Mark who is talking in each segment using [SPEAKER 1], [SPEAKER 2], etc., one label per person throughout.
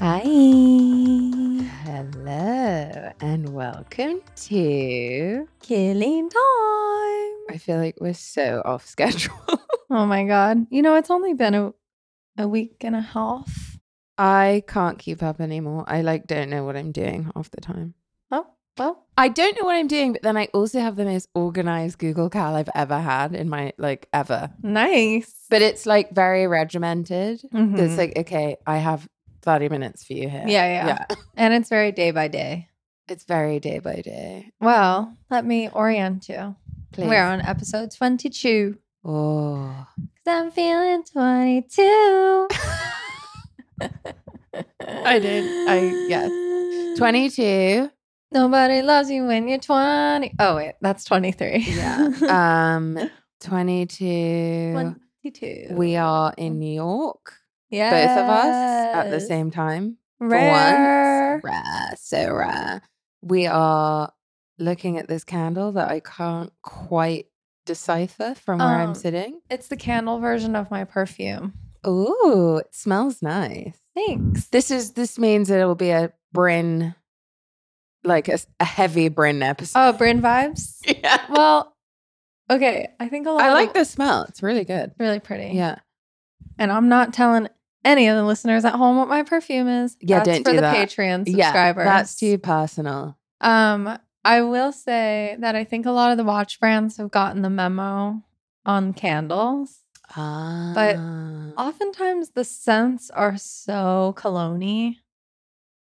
[SPEAKER 1] Hi.
[SPEAKER 2] Hello and welcome to.
[SPEAKER 1] Killing time.
[SPEAKER 2] I feel like we're so off schedule.
[SPEAKER 1] Oh my God. You know, it's only been a, a week and a half.
[SPEAKER 2] I can't keep up anymore. I like don't know what I'm doing half the time.
[SPEAKER 1] Oh, well.
[SPEAKER 2] I don't know what I'm doing, but then I also have the most organized Google Cal I've ever had in my like ever.
[SPEAKER 1] Nice.
[SPEAKER 2] But it's like very regimented. So
[SPEAKER 1] Mhm.
[SPEAKER 2] It's like okay, I have 30 minutes for you here.
[SPEAKER 1] Yeah, yeah. and it's very day by day.
[SPEAKER 2] It's very day by day.
[SPEAKER 1] Well, let me orient you.
[SPEAKER 2] Please.
[SPEAKER 1] We're on episode 22.
[SPEAKER 2] Oh.
[SPEAKER 1] Cause I'm feeling 22.
[SPEAKER 2] Oh.
[SPEAKER 1] I
[SPEAKER 2] did. I- yes. 22.
[SPEAKER 1] Nobody loves you when you're 20. Oh, wait, that's 23.
[SPEAKER 2] Yeah. Um 22.
[SPEAKER 1] 22.
[SPEAKER 2] We are in New York,
[SPEAKER 1] yes.
[SPEAKER 2] both of us at the same time. for once.
[SPEAKER 1] Rare.
[SPEAKER 2] Rare, so rare. We are looking at this candle that I can't quite decipher from where
[SPEAKER 1] Um,
[SPEAKER 2] I'm sitting.
[SPEAKER 1] It's the candle version of my perfume.
[SPEAKER 2] Ooh, it smells nice.
[SPEAKER 1] Thanks.
[SPEAKER 2] This is this means it will be a Bryn, like a, s- a heavy Bryn episode.
[SPEAKER 1] Oh, Bryn vibes.
[SPEAKER 2] yeah.
[SPEAKER 1] well, okay. I think a lot.
[SPEAKER 2] I
[SPEAKER 1] of-
[SPEAKER 2] like the smell. It's really good.
[SPEAKER 1] Really pretty.
[SPEAKER 2] Yeah.
[SPEAKER 1] And I'm not telling any of the listeners at home what my perfume is.
[SPEAKER 2] Yeah,
[SPEAKER 1] that's
[SPEAKER 2] don't
[SPEAKER 1] for
[SPEAKER 2] do
[SPEAKER 1] the
[SPEAKER 2] that.
[SPEAKER 1] Patreon
[SPEAKER 2] Yeah.
[SPEAKER 1] subscribers.
[SPEAKER 2] That's too personal.
[SPEAKER 1] Um, I will say that I think a lot of the watch brands have gotten the memo on candles.
[SPEAKER 2] Ah.
[SPEAKER 1] Oftentimes, the scents are so cologne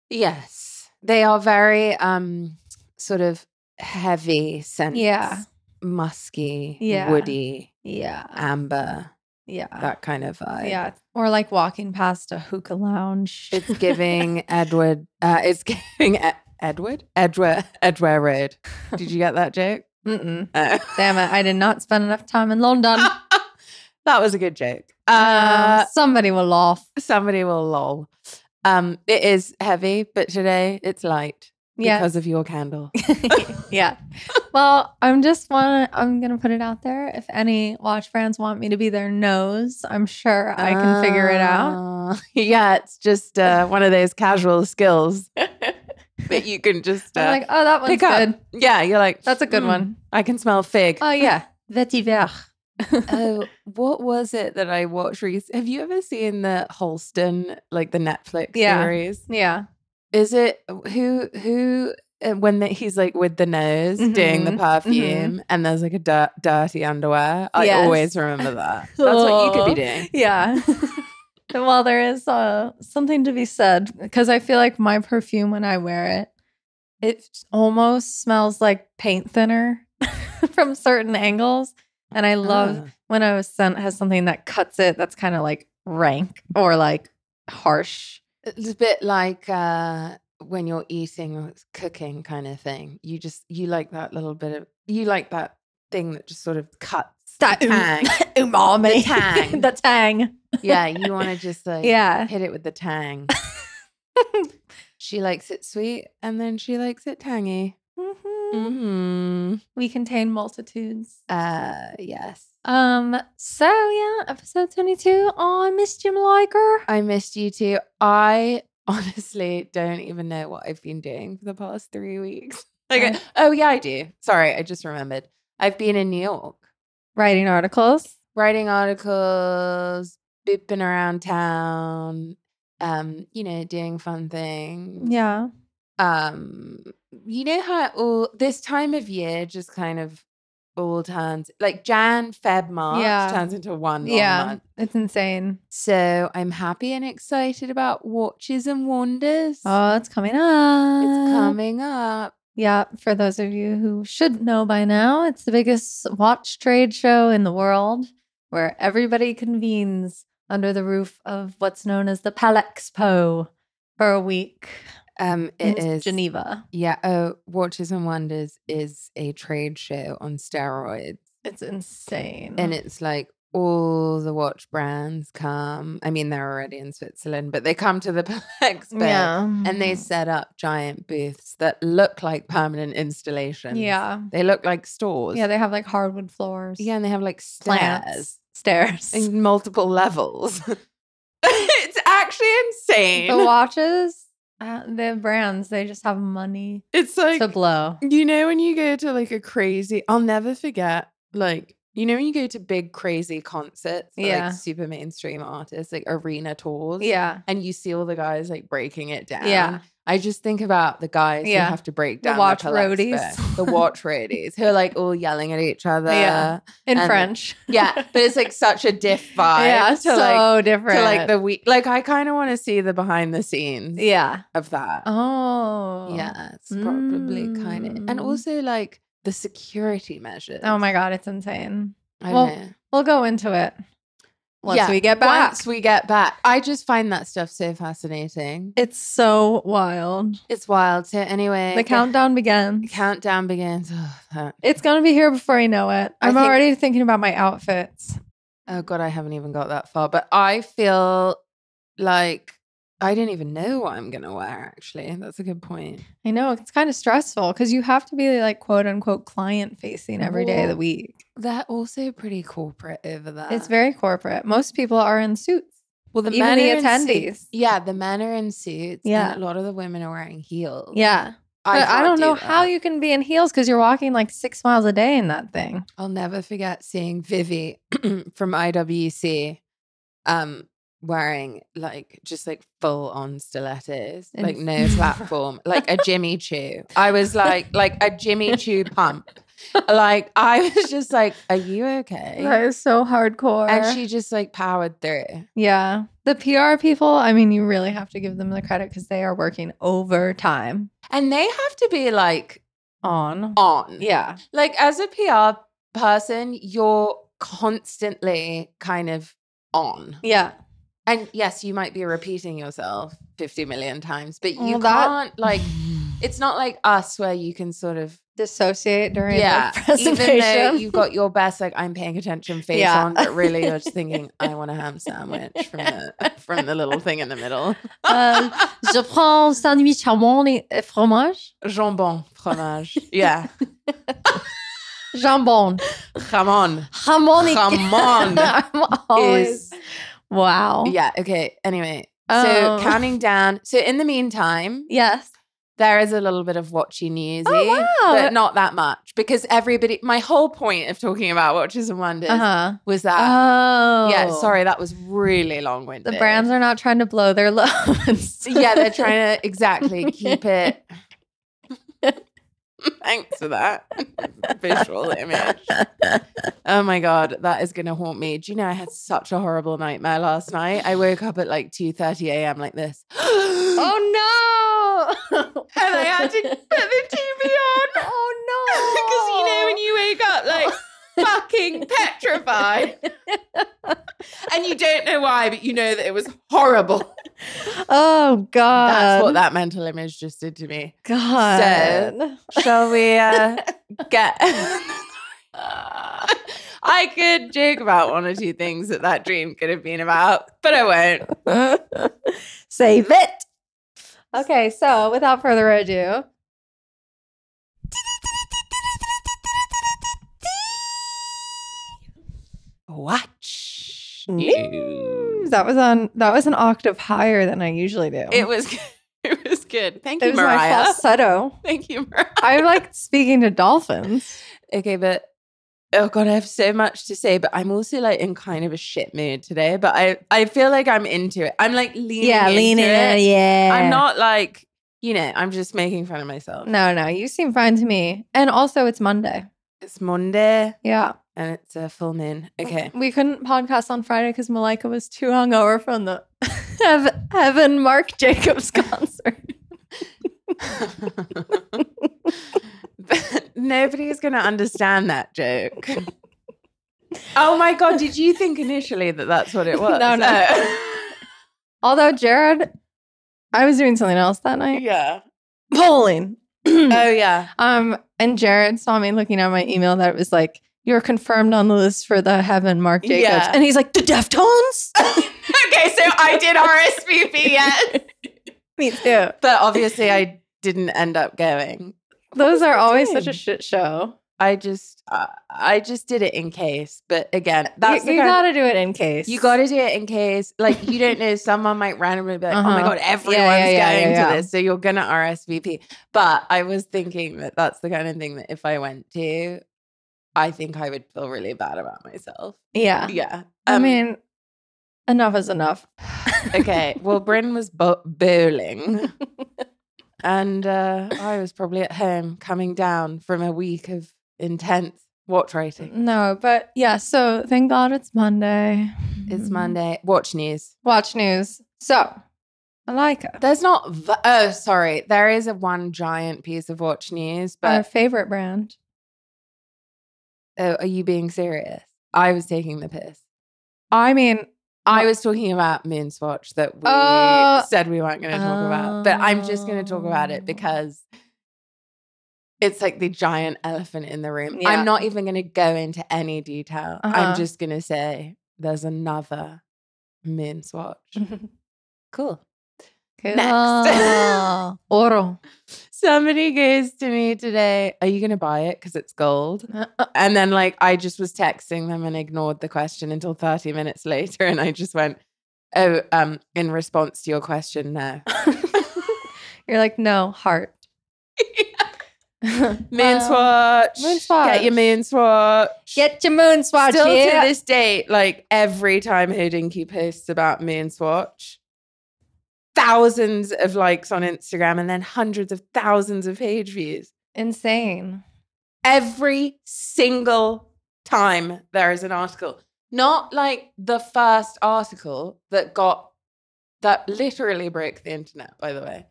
[SPEAKER 2] Yes. They are very um sort of heavy scents. Musky,
[SPEAKER 1] Yeah.
[SPEAKER 2] woody,
[SPEAKER 1] Yeah.
[SPEAKER 2] amber,
[SPEAKER 1] Yeah.
[SPEAKER 2] that kind of vibe.
[SPEAKER 1] Yeah. Or like walking past a hookah lounge.
[SPEAKER 2] It's giving Edward uh it's giving E- Edward? Edward Edward Road. Did you get that joke?
[SPEAKER 1] Mm-mm.
[SPEAKER 2] Oh.
[SPEAKER 1] Damn it. I did not spend enough time in London.
[SPEAKER 2] that was a good joke.
[SPEAKER 1] Uh,
[SPEAKER 2] Uh
[SPEAKER 1] somebody will laugh.
[SPEAKER 2] somebody will lol. Um it is heavy, but today it's light
[SPEAKER 1] Yeah.
[SPEAKER 2] because of your candle.
[SPEAKER 1] yeah. Well, I'm just want to I'm going to put it out there. If any watch brands want me to be their nose, I'm sure I can figure it out.
[SPEAKER 2] Ah, yeah, it's just uh, one of those casual skills that you can just uh,
[SPEAKER 1] I'm like, "Oh, that one's
[SPEAKER 2] pick up.
[SPEAKER 1] good.
[SPEAKER 2] Yeah, you're like
[SPEAKER 1] That's a good
[SPEAKER 2] "Hmm,
[SPEAKER 1] one."
[SPEAKER 2] I can smell fig.
[SPEAKER 1] Oh yeah. Vetiver.
[SPEAKER 2] oh, what was it that I watched recently? Have you ever seen the Holston, like the Netflix
[SPEAKER 1] Yeah.
[SPEAKER 2] series?
[SPEAKER 1] Yeah.
[SPEAKER 2] Is it who who? uh, When the, he's like with the nose doing the
[SPEAKER 1] Mhm,
[SPEAKER 2] perfume, and there's like a dir- dirty underwear. I
[SPEAKER 1] Yes.
[SPEAKER 2] always remember that. That's what you could be doing.
[SPEAKER 1] Yeah. well, there is uh, something to be said because I feel like my perfume when I wear it, it almost smells like paint thinner from certain angles. And I love
[SPEAKER 2] Ah.
[SPEAKER 1] when a scent has something that cuts it that's kind of like rank or like harsh.
[SPEAKER 2] It's a bit like uh, when you're eating or it's cooking kind of thing. You just you like that little bit of you like that thing that just sort of cuts
[SPEAKER 1] That
[SPEAKER 2] the tang.
[SPEAKER 1] um-
[SPEAKER 2] The
[SPEAKER 1] umami.
[SPEAKER 2] tang.
[SPEAKER 1] the tang.
[SPEAKER 2] yeah, you want to just like
[SPEAKER 1] Yeah.
[SPEAKER 2] hit it with the tang. she likes it sweet, and then she likes it tangy.
[SPEAKER 1] Mhm.
[SPEAKER 2] Hmm.
[SPEAKER 1] We contain multitudes.
[SPEAKER 2] Uh. Yes.
[SPEAKER 1] Um. So yeah, episode twenty-two. Oh, I miss Jim Liker.
[SPEAKER 2] I missed you too. I honestly don't even know what I've been doing for the past three weeks. Like, I-
[SPEAKER 1] Uh.
[SPEAKER 2] oh yeah, I do. Sorry, I just remembered. I've been in New York.
[SPEAKER 1] Writing articles.
[SPEAKER 2] writing articles, booping around town, um, you know, doing fun things.
[SPEAKER 1] Yeah.
[SPEAKER 2] Um, you know how it all this time of year just kind of all turns like Jan, Feb, March
[SPEAKER 1] Yeah.
[SPEAKER 2] turns into one long
[SPEAKER 1] yeah.
[SPEAKER 2] month.
[SPEAKER 1] It's insane.
[SPEAKER 2] So I'm happy and excited about watches and wonders.
[SPEAKER 1] Oh, it's coming up.
[SPEAKER 2] It's coming up.
[SPEAKER 1] Yeah. For those of you who should know by now, it's the biggest watch trade show in the world where everybody convenes under the roof of what's known as the Palexpo for a week
[SPEAKER 2] Um,
[SPEAKER 1] in
[SPEAKER 2] it is
[SPEAKER 1] Geneva.
[SPEAKER 2] Yeah. Oh, Watches and Wonders is a trade show on steroids.
[SPEAKER 1] It's insane.
[SPEAKER 2] and it's like all the watch brands come. I mean, they're already in Switzerland, but they come to the Palexpo
[SPEAKER 1] yeah. mm-hmm.
[SPEAKER 2] and they set up giant booths that look like permanent installations.
[SPEAKER 1] Yeah.
[SPEAKER 2] they look like stores.
[SPEAKER 1] Yeah, they have like hardwood floors.
[SPEAKER 2] yeah, and they have like
[SPEAKER 1] plants,
[SPEAKER 2] stairs
[SPEAKER 1] stairs.
[SPEAKER 2] and multiple levels. it's actually insane.
[SPEAKER 1] The watches, uh, the brands, they just have money
[SPEAKER 2] it's like
[SPEAKER 1] to blow.
[SPEAKER 2] You know when you go to like a crazy I'll never forget like you know when you go to big crazy concerts, for,
[SPEAKER 1] Yeah.
[SPEAKER 2] like super mainstream artists, like arena tours.
[SPEAKER 1] Yeah.
[SPEAKER 2] And you see all the guys like breaking it down.
[SPEAKER 1] Yeah.
[SPEAKER 2] I just think about the guys
[SPEAKER 1] Yeah.
[SPEAKER 2] who have to break
[SPEAKER 1] The
[SPEAKER 2] down
[SPEAKER 1] watch
[SPEAKER 2] their Palexpa,
[SPEAKER 1] roadies.
[SPEAKER 2] the watch roadies, who are like all yelling at each other.
[SPEAKER 1] Yeah. In
[SPEAKER 2] And-
[SPEAKER 1] French.
[SPEAKER 2] Yeah, but it's like such a diff vibe
[SPEAKER 1] yeah,
[SPEAKER 2] to
[SPEAKER 1] so
[SPEAKER 2] like
[SPEAKER 1] different.
[SPEAKER 2] to like the week. Like I kind of want to see the behind the scenes
[SPEAKER 1] yeah.
[SPEAKER 2] of that.
[SPEAKER 1] Oh.
[SPEAKER 2] Yeah, it's probably kind of, and
[SPEAKER 1] Mm.
[SPEAKER 2] also like the security measures.
[SPEAKER 1] Oh my God, it's insane.
[SPEAKER 2] I
[SPEAKER 1] well,
[SPEAKER 2] know.
[SPEAKER 1] We'll go into it once
[SPEAKER 2] Yeah,
[SPEAKER 1] we get back.
[SPEAKER 2] Once we get back, I just find that stuff so fascinating.
[SPEAKER 1] it's so wild.
[SPEAKER 2] It's wild. So anyway,
[SPEAKER 1] The countdown begins.
[SPEAKER 2] countdown begins. Oh, that-
[SPEAKER 1] It's gonna be here before I know it.
[SPEAKER 2] I
[SPEAKER 1] I'm
[SPEAKER 2] think-
[SPEAKER 1] already thinking about my outfits.
[SPEAKER 2] oh god, I haven't even got that far, but I feel like I don't even know what I'm gonna wear. Actually, that's a good point.
[SPEAKER 1] I know it's kind of stressful because you have to be like quote unquote client facing every day of the
[SPEAKER 2] Well,
[SPEAKER 1] week.
[SPEAKER 2] They're also pretty corporate over there.
[SPEAKER 1] It's very corporate. Most people are in suits.
[SPEAKER 2] well. The
[SPEAKER 1] even
[SPEAKER 2] men
[SPEAKER 1] the
[SPEAKER 2] are in
[SPEAKER 1] attendees.
[SPEAKER 2] suits. Yeah, the men are in suits.
[SPEAKER 1] Yeah.
[SPEAKER 2] Yeah, and a lot of the women are wearing heels.
[SPEAKER 1] Yeah. But I,
[SPEAKER 2] can't
[SPEAKER 1] don't
[SPEAKER 2] do
[SPEAKER 1] know how
[SPEAKER 2] that.
[SPEAKER 1] you can be in heels because you're walking like six miles a day in that thing.
[SPEAKER 2] I'll never forget seeing Vivi from IWC um wearing like just like full on stilettos,
[SPEAKER 1] And-
[SPEAKER 2] like no platform, like a Jimmy Choo. I was like like a Jimmy Choo pump. Like I was just like, Are you okay?
[SPEAKER 1] is so hardcore.
[SPEAKER 2] And she just like powered through.
[SPEAKER 1] yeah. The PR people, I mean, you really have to give them the credit because they are working overtime
[SPEAKER 2] And they have to be like
[SPEAKER 1] on.
[SPEAKER 2] on.
[SPEAKER 1] Yeah.
[SPEAKER 2] Like as a PR person, you're constantly kind of on.
[SPEAKER 1] Yeah.
[SPEAKER 2] And yes, you might be repeating yourself 50 million times, but you
[SPEAKER 1] Well, that-
[SPEAKER 2] can't like it's not like us where you can sort of
[SPEAKER 1] Dissociate during
[SPEAKER 2] yeah,
[SPEAKER 1] the
[SPEAKER 2] even though
[SPEAKER 1] presentation.
[SPEAKER 2] you've got your best like I'm paying attention face
[SPEAKER 1] Yeah.
[SPEAKER 2] on, but really you're just thinking I want a ham sandwich from the from the little thing in the middle.
[SPEAKER 1] Um, Je prends sandwich jamon et fromage.
[SPEAKER 2] Jambon fromage. Yeah.
[SPEAKER 1] Jambon.
[SPEAKER 2] Come on.
[SPEAKER 1] Jamon. et-
[SPEAKER 2] Jamon
[SPEAKER 1] I'm always.
[SPEAKER 2] Is
[SPEAKER 1] Wow.
[SPEAKER 2] yeah, okay. Anyway, so
[SPEAKER 1] Um.
[SPEAKER 2] counting down. So in the meantime,
[SPEAKER 1] Yes.
[SPEAKER 2] there is a little bit of
[SPEAKER 1] Oh,
[SPEAKER 2] watchy newsy.
[SPEAKER 1] wow.
[SPEAKER 2] but not that much because everybody. My whole point of talking about Watches and Wonders
[SPEAKER 1] Uh-huh.
[SPEAKER 2] was that.
[SPEAKER 1] Oh.
[SPEAKER 2] Yeah, sorry, that was really long winded.
[SPEAKER 1] The brands are not trying to blow their loads.
[SPEAKER 2] yeah, they're trying to exactly keep it. Thanks for that visual image. Oh my god, that is gonna haunt me. Do you know I had such a horrible nightmare last night? I woke up at like two thirty a.m. like this.
[SPEAKER 1] Oh no!
[SPEAKER 2] and I had to put the TV on. Because you know
[SPEAKER 1] Oh no!
[SPEAKER 2] when you wake up like fucking petrified. and you don't know why, but you know that it was horrible.
[SPEAKER 1] oh god!
[SPEAKER 2] That's what that mental image just did to me.
[SPEAKER 1] God.
[SPEAKER 2] Shall we uh, get I could joke about one or two things that that dream could have been about, but I won't.
[SPEAKER 1] Save it. Okay, so without further ado.
[SPEAKER 2] Watch.
[SPEAKER 1] News. That was on. That was an octave higher than I usually do.
[SPEAKER 2] It was it was good. Thank
[SPEAKER 1] It
[SPEAKER 2] you,
[SPEAKER 1] was my
[SPEAKER 2] Mariah.
[SPEAKER 1] falsetto.
[SPEAKER 2] Thank you, Mariah.
[SPEAKER 1] I like speaking to dolphins.
[SPEAKER 2] Okay, but oh god, I have so much to say, but I'm also like in kind of a shit mood today. But I I feel like I'm into it. I'm like leaning.
[SPEAKER 1] yeah,
[SPEAKER 2] into
[SPEAKER 1] leaning.
[SPEAKER 2] it.
[SPEAKER 1] Yeah,
[SPEAKER 2] I'm not like you know. I'm just making fun of myself.
[SPEAKER 1] No, no, you seem fine to me. And also, it's Monday.
[SPEAKER 2] It's Monday
[SPEAKER 1] Yeah.
[SPEAKER 2] and it's a full moon. Okay.
[SPEAKER 1] We couldn't podcast on Friday because Malika was too hungover from the Hev- Heaven Mark Jacobs concert.
[SPEAKER 2] But Nobody's gonna understand that joke. Oh my god! Did you think initially that that's what it was?
[SPEAKER 1] No, no.
[SPEAKER 2] Oh.
[SPEAKER 1] Although Jared, I was doing something else that night,
[SPEAKER 2] Oh. yeah.
[SPEAKER 1] bowling.
[SPEAKER 2] Oh yeah.
[SPEAKER 1] um, and Jared saw me looking at my email that was like, "You're confirmed on the list for the Heaven Mark Jacobs,"
[SPEAKER 2] Yeah.
[SPEAKER 1] and he's like, "The Deftones."
[SPEAKER 2] Okay, so I did RSVP. Yes.
[SPEAKER 1] me too.
[SPEAKER 2] But obviously, I didn't end up going.
[SPEAKER 1] Those
[SPEAKER 2] was
[SPEAKER 1] are
[SPEAKER 2] I
[SPEAKER 1] always such a
[SPEAKER 2] doing?
[SPEAKER 1] shit show.
[SPEAKER 2] I just, I I just did it in case. But again, that's
[SPEAKER 1] you
[SPEAKER 2] the
[SPEAKER 1] you
[SPEAKER 2] kind of-
[SPEAKER 1] got to do it in case.
[SPEAKER 2] you got to do it in case, like, you don't know. Someone might randomly be like, "Oh my
[SPEAKER 1] Uh-huh.
[SPEAKER 2] god, everyone's
[SPEAKER 1] yeah,
[SPEAKER 2] going
[SPEAKER 1] yeah,
[SPEAKER 2] to
[SPEAKER 1] yeah.
[SPEAKER 2] this," so you're gonna RSVP. But I was thinking that that's the kind of thing that if I went to, I think I would feel really bad about myself.
[SPEAKER 1] Yeah.
[SPEAKER 2] Yeah,
[SPEAKER 1] I
[SPEAKER 2] Um,
[SPEAKER 1] mean, enough is enough.
[SPEAKER 2] okay. Well, Bryn was bo- bowling, and uh, I was probably at home coming down from a week of intense watch rating.
[SPEAKER 1] No, but yeah. So thank God it's Monday. Mm-hmm.
[SPEAKER 2] It's Monday. Watch news.
[SPEAKER 1] Watch news. So, Leica,
[SPEAKER 2] There's not. V- oh, sorry. There is a one giant piece of watch news,
[SPEAKER 1] our
[SPEAKER 2] but
[SPEAKER 1] favorite brand.
[SPEAKER 2] oh, are you being serious? I was taking the piss.
[SPEAKER 1] I mean,
[SPEAKER 2] I was talking about Moonswatch that we
[SPEAKER 1] Oh.
[SPEAKER 2] said we weren't going to talk about, but I'm just going to talk about
[SPEAKER 1] Oh.
[SPEAKER 2] it because it's like the giant elephant in the room.
[SPEAKER 1] Yeah.
[SPEAKER 2] I'm not even going to go into any detail.
[SPEAKER 1] Uh-huh.
[SPEAKER 2] I'm just going to say there's another Moonswatch.
[SPEAKER 1] Mm,
[SPEAKER 2] Cool.
[SPEAKER 1] Cool. Oro.
[SPEAKER 2] Somebody goes to me today, Are you going to buy it? Because it's gold.
[SPEAKER 1] Uh,
[SPEAKER 2] And then, like, I just was texting them and ignored the question until 30 minutes later. And I just went, Oh, um, in response to your question, no.
[SPEAKER 1] You're like, no, heart.
[SPEAKER 2] Moon
[SPEAKER 1] Um,
[SPEAKER 2] swatch.
[SPEAKER 1] moon swatch.
[SPEAKER 2] Get your moon swatch.
[SPEAKER 1] Get your moon swatch
[SPEAKER 2] Still
[SPEAKER 1] here.
[SPEAKER 2] to this date, like every time Hodinky posts about moon swatch, thousands of likes on Instagram and then hundreds of thousands of page views.
[SPEAKER 1] Insane.
[SPEAKER 2] Every single time there is an article. Not like the first article that got that literally broke the internet, by the way.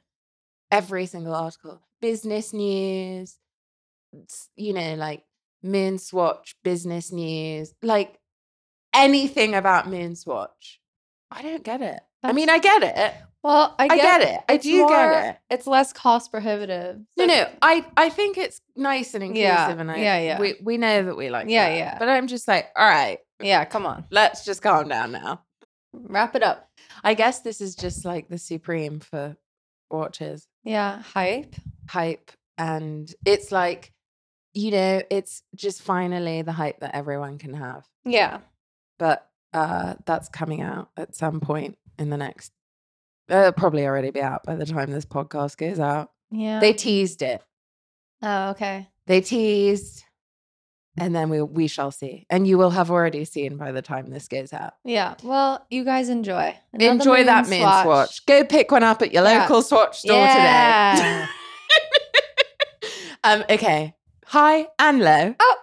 [SPEAKER 2] Every single article. Business news, s- you know, like Moon Swatch, business news, like anything about Moon Swatch. I don't get it. I
[SPEAKER 1] That's-
[SPEAKER 2] mean, I get it.
[SPEAKER 1] Well, I
[SPEAKER 2] I, get,
[SPEAKER 1] get,
[SPEAKER 2] it. I
[SPEAKER 1] it's
[SPEAKER 2] do
[SPEAKER 1] more-
[SPEAKER 2] get it.
[SPEAKER 1] It's less cost prohibitive.
[SPEAKER 2] No,
[SPEAKER 1] So-
[SPEAKER 2] no, I, I think it's nice and inclusive,
[SPEAKER 1] Yeah,
[SPEAKER 2] and I,
[SPEAKER 1] yeah, yeah.
[SPEAKER 2] We, we know that we like,
[SPEAKER 1] Yeah,
[SPEAKER 2] that.
[SPEAKER 1] yeah.
[SPEAKER 2] But I'm just like, all right,
[SPEAKER 1] Yeah, come on.
[SPEAKER 2] let's just calm down now.
[SPEAKER 1] Wrap it up.
[SPEAKER 2] I guess this is just like the supreme for watches
[SPEAKER 1] Yeah, hype.
[SPEAKER 2] hype, and it's like, you know, it's just finally the hype that everyone can have.
[SPEAKER 1] Yeah.
[SPEAKER 2] But uh, that's coming out at some point in the next. It'll probably already be out by the time this podcast goes out.
[SPEAKER 1] Yeah.
[SPEAKER 2] They teased it.
[SPEAKER 1] oh, okay.
[SPEAKER 2] They teased, and then we we shall see. And you will have already seen by the time this goes out.
[SPEAKER 1] Yeah. Well, you guys enjoy. Another
[SPEAKER 2] Enjoy that main swatch. Go pick one up at your
[SPEAKER 1] Yeah.
[SPEAKER 2] local swatch store
[SPEAKER 1] Yeah.
[SPEAKER 2] today. um, okay. High and low.
[SPEAKER 1] Oh.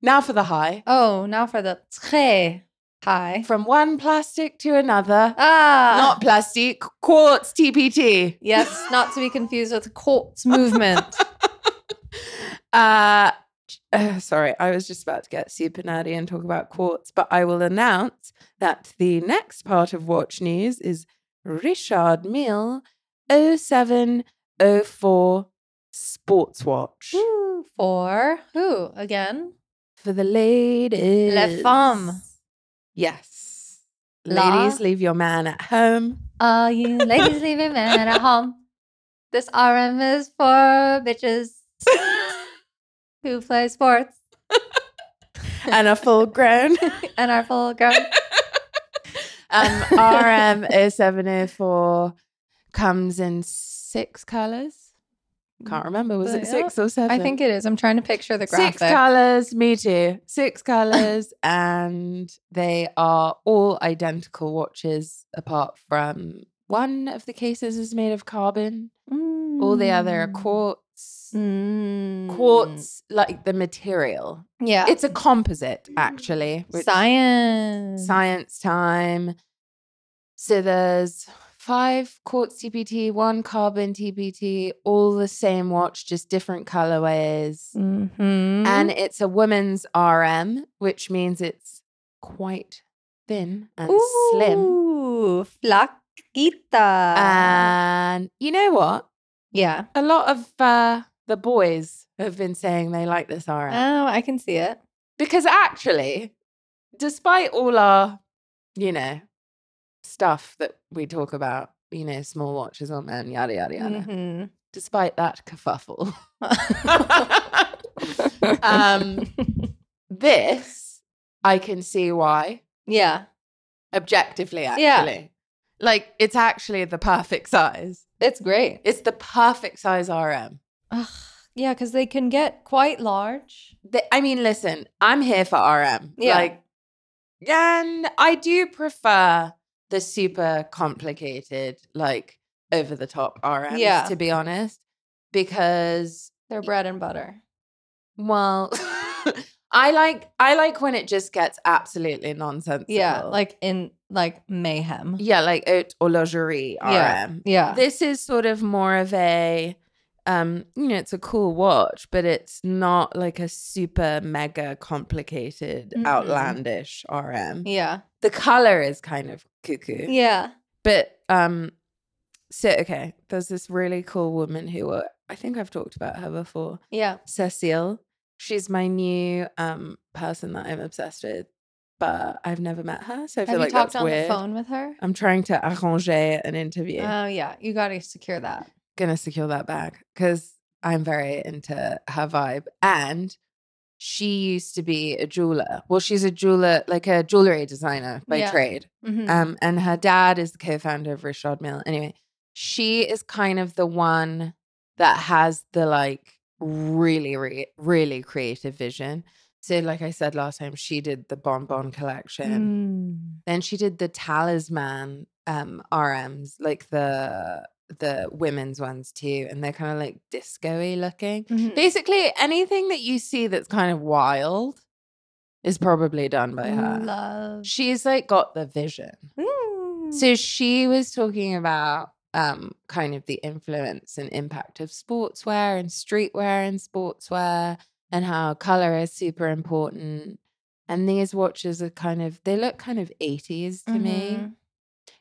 [SPEAKER 2] Now for the high.
[SPEAKER 1] Oh, now for the tre. Hi.
[SPEAKER 2] From one plastic to another.
[SPEAKER 1] Ah.
[SPEAKER 2] Not plastic, quartz TPT.
[SPEAKER 1] yes, not to be confused with Colts movement.
[SPEAKER 2] Uh, uh, sorry, I was just about to get super nerdy and talk about quartz, but I will announce that the next part of Watch News is Richard oh Mille 0704 Sports Watch
[SPEAKER 1] Ooh, for who again?
[SPEAKER 2] for the ladies.
[SPEAKER 1] Les femmes.
[SPEAKER 2] Yes.
[SPEAKER 1] La-
[SPEAKER 2] Ladies, leave your man at home.
[SPEAKER 1] Are you ladies leaving men at home? This RM is for bitches who play sports
[SPEAKER 2] and a full grown.
[SPEAKER 1] and are full grown.
[SPEAKER 2] Um, RM 0704 comes in six colors. Can't remember. Was
[SPEAKER 1] But
[SPEAKER 2] it
[SPEAKER 1] yeah,
[SPEAKER 2] six or seven?
[SPEAKER 1] Mm, I think it is. I'm trying to picture the graphic.
[SPEAKER 2] six colors. Me too. Six colors, and they are all identical watches, apart from one of the cases is made of carbon. All the other are
[SPEAKER 1] Mm.
[SPEAKER 2] quartz.
[SPEAKER 1] Mm.
[SPEAKER 2] Quartz, like the material.
[SPEAKER 1] Yeah.
[SPEAKER 2] It's a composite, actually. which-
[SPEAKER 1] science.
[SPEAKER 2] science time. So there's five quartz TPT, one carbon TPT, all the same watch, just different colorways.
[SPEAKER 1] Mhm.
[SPEAKER 2] And it's a woman's RM, which means it's quite thin and slim.
[SPEAKER 1] Ooh, flaquita.
[SPEAKER 2] Uh, And you know what?
[SPEAKER 1] yeah.
[SPEAKER 2] A lot of uh, the boys have been saying they like this RM.
[SPEAKER 1] Oh, I can see it.
[SPEAKER 2] Because actually, despite all our, you know, stuff that we talk about, you know, small
[SPEAKER 1] Mm-hmm.
[SPEAKER 2] watches on men, yada, yada, yada,
[SPEAKER 1] Mhm.
[SPEAKER 2] despite that kerfuffle, Um, this, I can see why.
[SPEAKER 1] yeah.
[SPEAKER 2] Objectively, actually.
[SPEAKER 1] Yeah.
[SPEAKER 2] Like, it's actually the perfect size.
[SPEAKER 1] It's great.
[SPEAKER 2] It's the perfect size RM.
[SPEAKER 1] Ugh, yeah, because they can get quite large.
[SPEAKER 2] the, I mean, listen, I'm here for RM.
[SPEAKER 1] Yeah.
[SPEAKER 2] Like, and I do prefer the super complicated, like over the top RMs,
[SPEAKER 1] Yeah.
[SPEAKER 2] to be honest, because,
[SPEAKER 1] They're bread and butter.
[SPEAKER 2] well, I like I like when it just gets absolutely nonsensical.
[SPEAKER 1] Yeah, like in like mayhem.
[SPEAKER 2] yeah, like haute horlogerie RM.
[SPEAKER 1] Yeah. Yeah.
[SPEAKER 2] This is sort of more of a um, you know, it's a cool watch, but it's not like a super mega complicated,
[SPEAKER 1] Mm-mm.
[SPEAKER 2] outlandish RM.
[SPEAKER 1] yeah.
[SPEAKER 2] The color is kind of cuckoo.
[SPEAKER 1] Yeah.
[SPEAKER 2] But um so okay, there's this really cool woman who uh, I think I've talked about her before.
[SPEAKER 1] Yeah.
[SPEAKER 2] Cecile. She's my new um person that I'm obsessed with, but I've never met her, so I feel
[SPEAKER 1] Have
[SPEAKER 2] like
[SPEAKER 1] you talked
[SPEAKER 2] that's Oh,
[SPEAKER 1] on
[SPEAKER 2] weird.
[SPEAKER 1] the phone with her?
[SPEAKER 2] I'm trying to arrange an interview.
[SPEAKER 1] Oh yeah, you got to secure that.
[SPEAKER 2] gonna secure that bag because I'm very into her vibe. And she used to be a jeweler. Well, she's a jeweler, like a jewelry designer by
[SPEAKER 1] Yeah.
[SPEAKER 2] trade.
[SPEAKER 1] Mhm.
[SPEAKER 2] Um, and her dad is the co-founder of Richard Mill. Anyway, she is kind of the one that has the like really, re- really creative vision. So, like I said last time, she did the bonbon collection.
[SPEAKER 1] Mm.
[SPEAKER 2] Then she did the talisman um RMs, like the the women's ones too, and they're kind of like disco-y looking.
[SPEAKER 1] Mhm.
[SPEAKER 2] Basically, anything that you see that's kind of wild is probably done by her.
[SPEAKER 1] Love.
[SPEAKER 2] She's like got the vision.
[SPEAKER 1] Mm.
[SPEAKER 2] So she was talking about um kind of the influence and impact of sportswear and streetwear and sportswear and how color is super important. And these watches are kind of they look kind of 80s to me.
[SPEAKER 1] Mhm.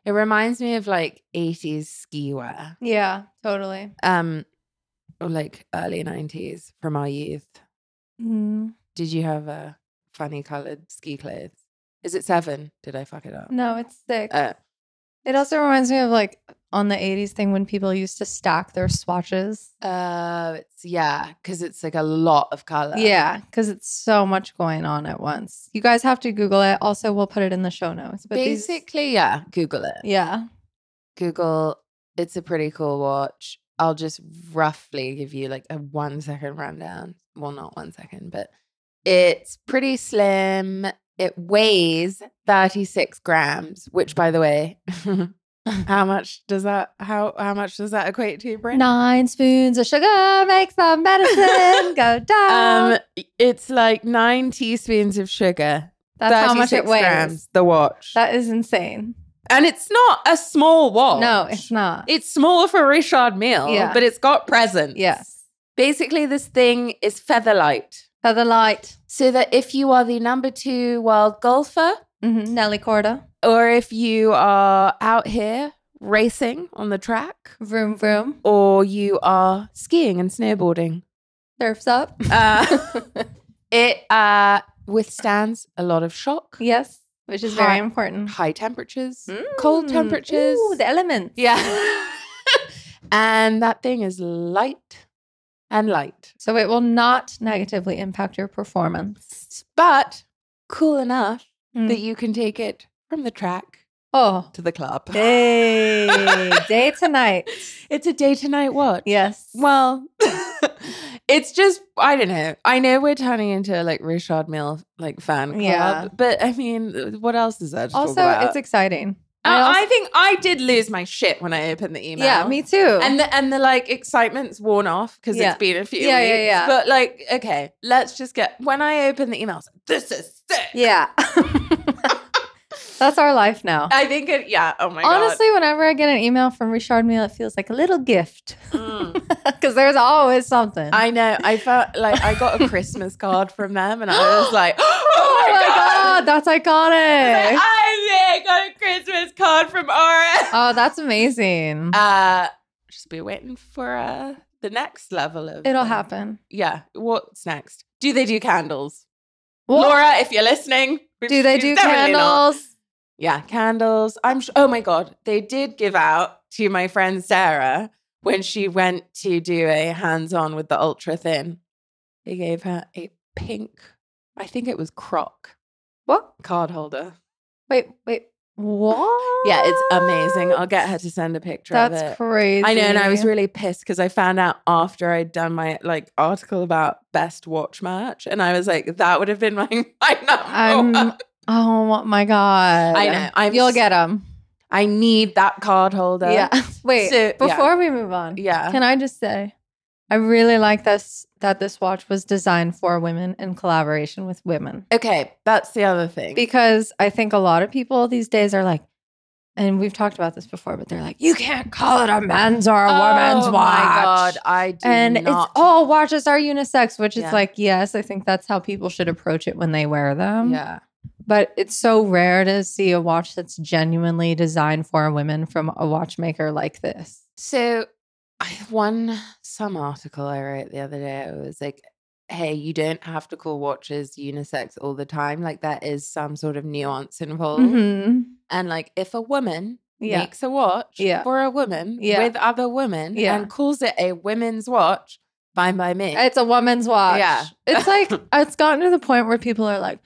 [SPEAKER 2] It reminds me of like 80s ski wear.
[SPEAKER 1] Yeah, totally.
[SPEAKER 2] Um or like early 90s from our youth.
[SPEAKER 1] Mm.
[SPEAKER 2] Did you have a funny colored ski clothes? Is it 7? Did I fuck it up?
[SPEAKER 1] No, it's sick.
[SPEAKER 2] Uh,
[SPEAKER 1] it also reminds me of like on the 80s thing when people used to stack their swatches.
[SPEAKER 2] Uh, it's yeah, because it's like a lot of color.
[SPEAKER 1] Yeah, because it's so much going on at once. You guys have to Google it. Also, we'll put it in the show notes. But these-
[SPEAKER 2] basically, yeah. Google it.
[SPEAKER 1] yeah,
[SPEAKER 2] Google. It's a pretty cool watch. I'll just roughly give you like a one second rundown. Well, not one second, but it's pretty slim. It weighs 36 grams, which by the way, how much does that how how much does that equate to, Brent?
[SPEAKER 1] nine spoons of sugar makes the medicine go down.
[SPEAKER 2] Um it's like nine teaspoons of sugar.
[SPEAKER 1] That's how much it
[SPEAKER 2] 36
[SPEAKER 1] weighs.
[SPEAKER 2] grams, the watch.
[SPEAKER 1] That is insane.
[SPEAKER 2] And it's not a small watch.
[SPEAKER 1] No, it's not.
[SPEAKER 2] It's small for Richard Mille,
[SPEAKER 1] Yeah.
[SPEAKER 2] but it's got presents.
[SPEAKER 1] yes.
[SPEAKER 2] Basically, this thing is feather light.
[SPEAKER 1] Feather light.
[SPEAKER 2] So that if you are the number two world golfer,
[SPEAKER 1] hmm Nelly Corda.
[SPEAKER 2] or if you are out here racing on the track,
[SPEAKER 1] Vroom vroom.
[SPEAKER 2] or you are skiing and snowboarding,
[SPEAKER 1] Surfs up.
[SPEAKER 2] uh, it uh, withstands a lot of shock,
[SPEAKER 1] Yes, which is very
[SPEAKER 2] Hot.
[SPEAKER 1] important.
[SPEAKER 2] high temperatures, cold
[SPEAKER 1] Mm.
[SPEAKER 2] temperatures.
[SPEAKER 1] Ooh, the elements.
[SPEAKER 2] Yeah. and that thing is light and light,
[SPEAKER 1] So it will not negatively impact your performance.
[SPEAKER 2] but cool enough
[SPEAKER 1] Mm.
[SPEAKER 2] that you can take it from the track
[SPEAKER 1] Oh,
[SPEAKER 2] to the club.
[SPEAKER 1] day, day tonight.
[SPEAKER 2] It's a day to night watch.
[SPEAKER 1] Yes.
[SPEAKER 2] Well, it's just, I don't know. I know we're turning into like Richard Mill like fan club,
[SPEAKER 1] Yeah.
[SPEAKER 2] but I mean, uh, what else is that?
[SPEAKER 1] also, it's exciting. I also-
[SPEAKER 2] Oh, I think I did lose my shit when I opened the email.
[SPEAKER 1] yeah, me too.
[SPEAKER 2] and the and the like excitement's worn off because
[SPEAKER 1] Yeah.
[SPEAKER 2] it's been a few
[SPEAKER 1] Yeah, yeah,
[SPEAKER 2] weeks.
[SPEAKER 1] yeah.
[SPEAKER 2] But like, okay, let's just get when I open the emails, this is sick.
[SPEAKER 1] yeah, that's our life now.
[SPEAKER 2] I think it yeah, oh my
[SPEAKER 1] Honestly, whenever I get an email from Richard Mille, it feels like a little gift
[SPEAKER 2] god. Mm.
[SPEAKER 1] because there's always something.
[SPEAKER 2] I know. I felt like I got a Christmas card from them and I was like,
[SPEAKER 1] oh
[SPEAKER 2] oh
[SPEAKER 1] my god, that's
[SPEAKER 2] I was
[SPEAKER 1] iconic!
[SPEAKER 2] like, I got a Christmas card from Aura.
[SPEAKER 1] oh, that's amazing.
[SPEAKER 2] Uh just be waiting for uh the next level of
[SPEAKER 1] It'll
[SPEAKER 2] um,
[SPEAKER 1] happen.
[SPEAKER 2] Yeah. What's next? Do they do candles?
[SPEAKER 1] Well,
[SPEAKER 2] Laura, if you're listening, which
[SPEAKER 1] do they
[SPEAKER 2] is
[SPEAKER 1] do
[SPEAKER 2] definitely not.
[SPEAKER 1] candles?
[SPEAKER 2] Yeah, candles. I'm sh- oh my god, they did give out to my friend Sarah when she went to do a hands-on with the ultra thin. They gave her a pink, I think it was croc. What? Card holder.
[SPEAKER 1] Wait, wait. What?
[SPEAKER 2] Yeah, it's amazing. I'll get her to send a picture of it.
[SPEAKER 1] That's crazy.
[SPEAKER 2] I know, and I was really pissed because I found out after I'd done my like article about best watch merch, and I was like, that would have been my, my number
[SPEAKER 1] I'm.
[SPEAKER 2] one.
[SPEAKER 1] Oh my god.
[SPEAKER 2] I know, I'm
[SPEAKER 1] You'll
[SPEAKER 2] s-
[SPEAKER 1] get them.
[SPEAKER 2] I need that card holder.
[SPEAKER 1] Yeah. Wait.
[SPEAKER 2] So- yeah.
[SPEAKER 1] before we move on,
[SPEAKER 2] yeah.
[SPEAKER 1] Can I just say, I really like this that this watch was designed for women in collaboration with women
[SPEAKER 2] Okay, that's the other thing.
[SPEAKER 1] because I think a lot of people these days are like, and we've talked about this before, but they're like, you can't call it a men's or a woman's
[SPEAKER 2] oh
[SPEAKER 1] watch.
[SPEAKER 2] my god, I do
[SPEAKER 1] And
[SPEAKER 2] not.
[SPEAKER 1] it's all watches are unisex, which
[SPEAKER 2] Yeah.
[SPEAKER 1] is like, yes, I think that's how people should approach it when they wear them.
[SPEAKER 2] yeah,
[SPEAKER 1] But it's so rare to see a watch that's genuinely designed for women from a watchmaker like this.
[SPEAKER 2] So, I one some article I wrote the other day. It was like, "Hey, you don't have to call watches unisex all the time. Like, that is some sort of nuance involved.
[SPEAKER 1] Mhm.
[SPEAKER 2] And like, if a woman
[SPEAKER 1] Yeah.
[SPEAKER 2] makes a watch
[SPEAKER 1] Yeah.
[SPEAKER 2] for a woman
[SPEAKER 1] Yeah.
[SPEAKER 2] with other women
[SPEAKER 1] Yeah.
[SPEAKER 2] and calls it a women's watch, fine by me.
[SPEAKER 1] It's a woman's watch.
[SPEAKER 2] Yeah.
[SPEAKER 1] It's like it's gotten to the point where people are like,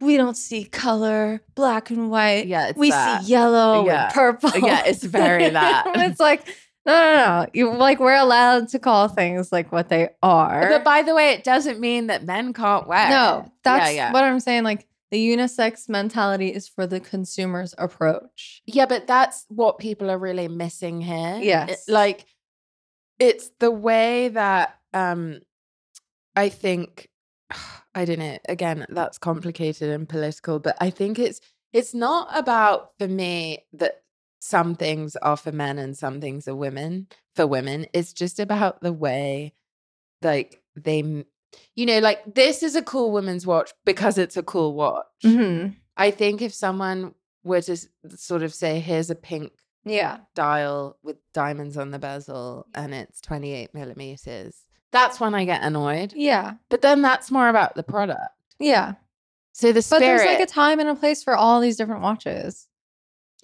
[SPEAKER 1] we don't see color, black and white.
[SPEAKER 2] yeah, it's
[SPEAKER 1] we
[SPEAKER 2] that.
[SPEAKER 1] see yellow
[SPEAKER 2] Yeah.
[SPEAKER 1] and purple.
[SPEAKER 2] Yeah, it's very that.
[SPEAKER 1] it's like, no, no, no. You like we're allowed to call things like what they are.
[SPEAKER 2] But by the way, it doesn't mean that men can't wear.
[SPEAKER 1] no, that's
[SPEAKER 2] yeah, yeah.
[SPEAKER 1] what I'm saying. Like the unisex mentality is for the consumer's approach.
[SPEAKER 2] Yeah, but that's what people are really missing here. It-
[SPEAKER 1] Yes.
[SPEAKER 2] like it's the way that um I think I don't know, again, that's complicated and political, but I think it's it's not about for me that some things are for men and some things are women for women. It's just about the way like they m- you know, like this is a cool woman's watch because it's a cool watch. I think if someone were to s- sort of say, here's a pink
[SPEAKER 1] Yeah.
[SPEAKER 2] dial with diamonds on the bezel and it's 28 millimeters, that's when I get annoyed.
[SPEAKER 1] Yeah.
[SPEAKER 2] But then that's more about the product.
[SPEAKER 1] Yeah.
[SPEAKER 2] So the
[SPEAKER 1] But
[SPEAKER 2] spirit.
[SPEAKER 1] there's like a time and a place for all these different watches.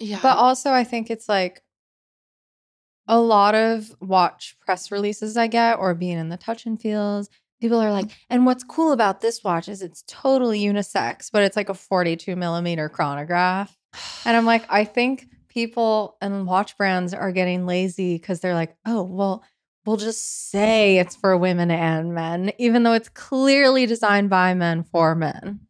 [SPEAKER 2] yeah.
[SPEAKER 1] But also, I think it's like a lot of watch press releases I get, or being in the touch and feels. People are like, and what's cool about this watch is it's totally unisex, but it's like a 42 millimeter chronograph. And I'm like, I think people and watch brands are getting lazy because they're like, oh, well, we'll just say it's for women and men, even though it's clearly designed by men for men.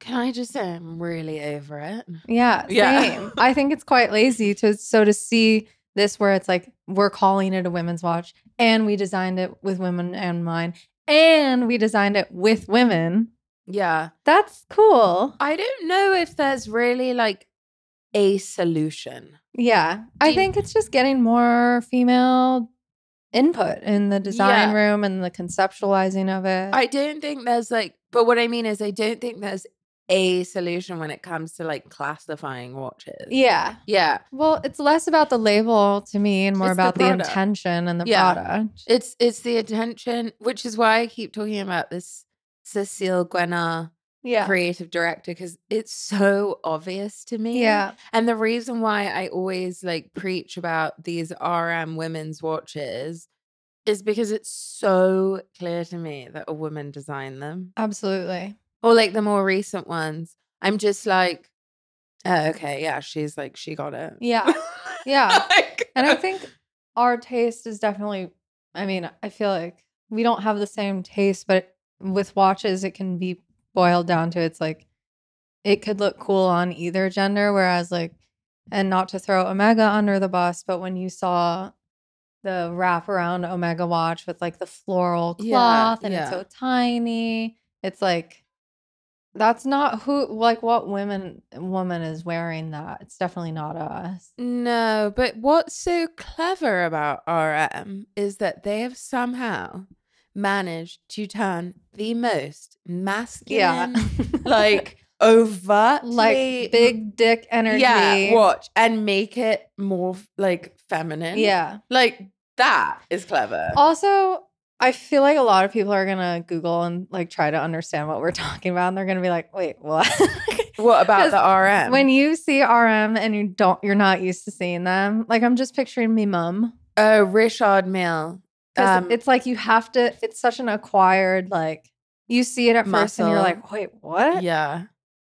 [SPEAKER 2] Can I just say I'm really over it?
[SPEAKER 1] Yeah,
[SPEAKER 2] Yeah.
[SPEAKER 1] same. I think it's quite lazy to so to see this where it's like we're calling it a women's watch and we designed it with women and mine and we designed it with women.
[SPEAKER 2] Yeah.
[SPEAKER 1] That's cool.
[SPEAKER 2] I don't know if there's really like a solution.
[SPEAKER 1] Yeah.
[SPEAKER 2] Do
[SPEAKER 1] I
[SPEAKER 2] you-
[SPEAKER 1] think it's just getting more female input in the design
[SPEAKER 2] Yeah.
[SPEAKER 1] room and the conceptualizing of it.
[SPEAKER 2] I don't think there's like, but what I mean is, I don't think there's a solution when it comes to like classifying watches.
[SPEAKER 1] yeah.
[SPEAKER 2] Yeah.
[SPEAKER 1] Well, it's less about the label to me and more
[SPEAKER 2] It's the
[SPEAKER 1] about the,
[SPEAKER 2] product.
[SPEAKER 1] intention and the
[SPEAKER 2] Yeah.
[SPEAKER 1] product.
[SPEAKER 2] It's it's the attention, which is why I keep talking about this Cecile Guenard
[SPEAKER 1] Yeah.
[SPEAKER 2] creative director because it's so obvious to me.
[SPEAKER 1] Yeah.
[SPEAKER 2] and the reason why I always like preach about these RM women's watches is because it's so clear to me that a woman designed them,
[SPEAKER 1] Absolutely.
[SPEAKER 2] or like the more recent ones. I'm just like, oh, okay, yeah, she's like she got it.
[SPEAKER 1] Yeah. Yeah.
[SPEAKER 2] Like-
[SPEAKER 1] And I think our taste is definitely, I mean, I feel like we don't have the same taste, but with watches, it can be boiled down to it's like, it could look cool on either gender. Whereas, like, and not to throw Omega under the bus, but when you saw the wraparound Omega watch with like the floral
[SPEAKER 2] Yeah,
[SPEAKER 1] cloth and
[SPEAKER 2] yeah.
[SPEAKER 1] it's so tiny, it's like, that's not who, like, what women, woman is wearing that. It's definitely not us.
[SPEAKER 2] No, but what's so clever about RM is that they have somehow managed to turn the most
[SPEAKER 1] Yeah.
[SPEAKER 2] masculine, like overtly
[SPEAKER 1] like big dick energy.
[SPEAKER 2] yeah, watch and make it more f- like feminine.
[SPEAKER 1] Yeah.
[SPEAKER 2] like that is clever.
[SPEAKER 1] Also, I feel like a lot of people are gonna Google and like try to understand what we're talking about, and they're gonna be like, "Wait, what?"
[SPEAKER 2] what about
[SPEAKER 1] 'cause
[SPEAKER 2] the RM?
[SPEAKER 1] when you see RM and you don't, you're not used to seeing them. Like I'm just picturing me mum.
[SPEAKER 2] oh, Richard Mill
[SPEAKER 1] 'Cause
[SPEAKER 2] Um,
[SPEAKER 1] it's like you have to, it's such an acquired, like, you see it at first and you're
[SPEAKER 2] Muscle.
[SPEAKER 1] like, wait, what?
[SPEAKER 2] Yeah,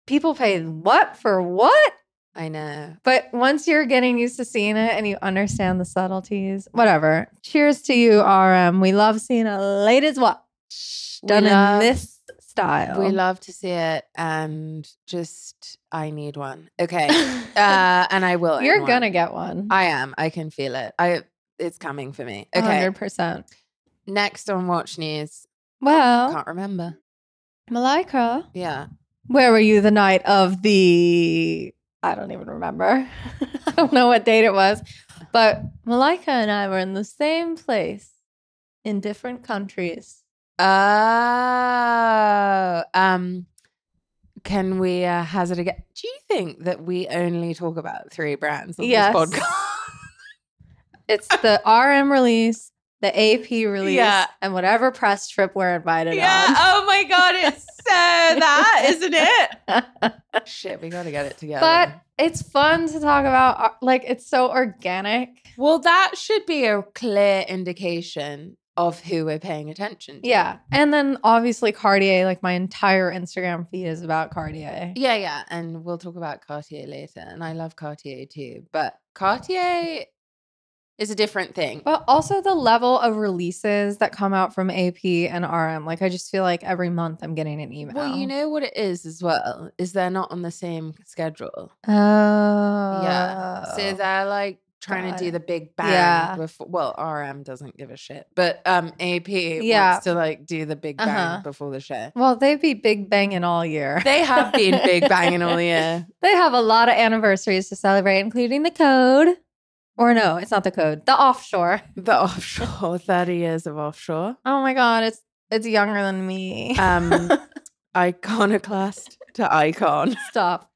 [SPEAKER 1] People pay what for what?
[SPEAKER 2] I know.
[SPEAKER 1] But once you're getting used to seeing it and you understand the subtleties, whatever. Cheers to you, RM. We love seeing a ladies what done
[SPEAKER 2] we
[SPEAKER 1] in
[SPEAKER 2] love,
[SPEAKER 1] this style.
[SPEAKER 2] We love to see it, and just I need one. Okay, uh, and I will. own
[SPEAKER 1] You're
[SPEAKER 2] one.
[SPEAKER 1] gonna get one.
[SPEAKER 2] I am. I can feel it. I. It's coming for me. Okay.
[SPEAKER 1] 100%.
[SPEAKER 2] Next on Watch News.
[SPEAKER 1] Well,
[SPEAKER 2] Can't remember.
[SPEAKER 1] Malika,
[SPEAKER 2] Yeah.
[SPEAKER 1] where were you the night of the? I don't even remember. I don't know what date it was, but Malika and I were in the same place in different countries.
[SPEAKER 2] Oh. Um. Can we uh, hazard a guess? Do you think that we only talk about three brands on
[SPEAKER 1] Yes.
[SPEAKER 2] this podcast?
[SPEAKER 1] It's the RM release, the AP release,
[SPEAKER 2] Yeah.
[SPEAKER 1] and whatever press trip we're invited
[SPEAKER 2] yeah. Oh my god, it's so that, isn't it?
[SPEAKER 1] on.
[SPEAKER 2] Shit, we gotta get it together.
[SPEAKER 1] but it's fun to talk about. uh, Like it's so organic.
[SPEAKER 2] well, that should be a clear indication of who we're paying attention to.
[SPEAKER 1] Yeah, and then obviously Cartier. Like my entire Instagram feed is about Cartier.
[SPEAKER 2] Yeah, yeah. And we'll talk about Cartier later. And I love Cartier too. But Cartier is a different thing.
[SPEAKER 1] But also the level of releases that come out from AP and RM. Like I just feel like every month I'm getting an email.
[SPEAKER 2] Well, you know what it is as well, is they're not on the same schedule.
[SPEAKER 1] Oh.
[SPEAKER 2] yeah. So they're like trying
[SPEAKER 1] got
[SPEAKER 2] to do
[SPEAKER 1] it.
[SPEAKER 2] the big bang
[SPEAKER 1] Yeah.
[SPEAKER 2] before well, RM doesn't give a shit. But um AP
[SPEAKER 1] Yeah.
[SPEAKER 2] wants to like do the big bang
[SPEAKER 1] Uh-huh.
[SPEAKER 2] before the show.
[SPEAKER 1] Well, they be big banging all year.
[SPEAKER 2] They have been big banging all year.
[SPEAKER 1] They have a lot of anniversaries to celebrate, including the code. Or no, it's not the code. The offshore.
[SPEAKER 2] The offshore, 30 years of offshore.
[SPEAKER 1] Oh my god, it's it's younger than me.
[SPEAKER 2] Um iconoclast to icon.
[SPEAKER 1] Stop.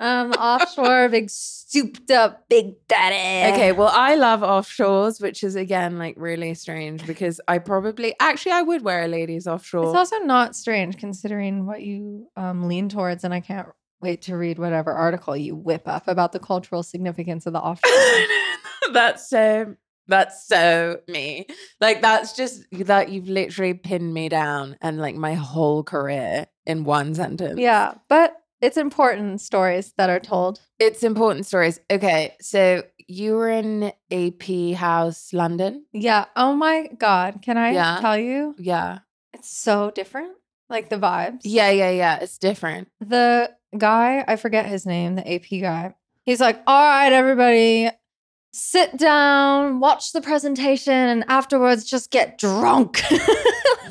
[SPEAKER 1] Um, the offshore, big souped up, big daddy.
[SPEAKER 2] Okay, well, I love offshores, which is again like really strange because I probably actually I would wear a ladies offshore.
[SPEAKER 1] It's also not strange considering what you um, lean towards, and I can't wait to read whatever article you whip up about the cultural significance of the offshore.
[SPEAKER 2] that's so that's so me. Like that's just that you've literally pinned me down and like my whole career in one sentence.
[SPEAKER 1] yeah, but it's important stories that are told.
[SPEAKER 2] It's important stories. Okay, so you were in AP House London.
[SPEAKER 1] Yeah. Oh my god, can I
[SPEAKER 2] Yeah.
[SPEAKER 1] tell you?
[SPEAKER 2] Yeah.
[SPEAKER 1] It's so different. Like the vibes.
[SPEAKER 2] Yeah, yeah, yeah. It's different.
[SPEAKER 1] the guy, I forget his name, the AP guy, he's like, All right, everybody, sit down, watch the presentation, and afterwards just get drunk.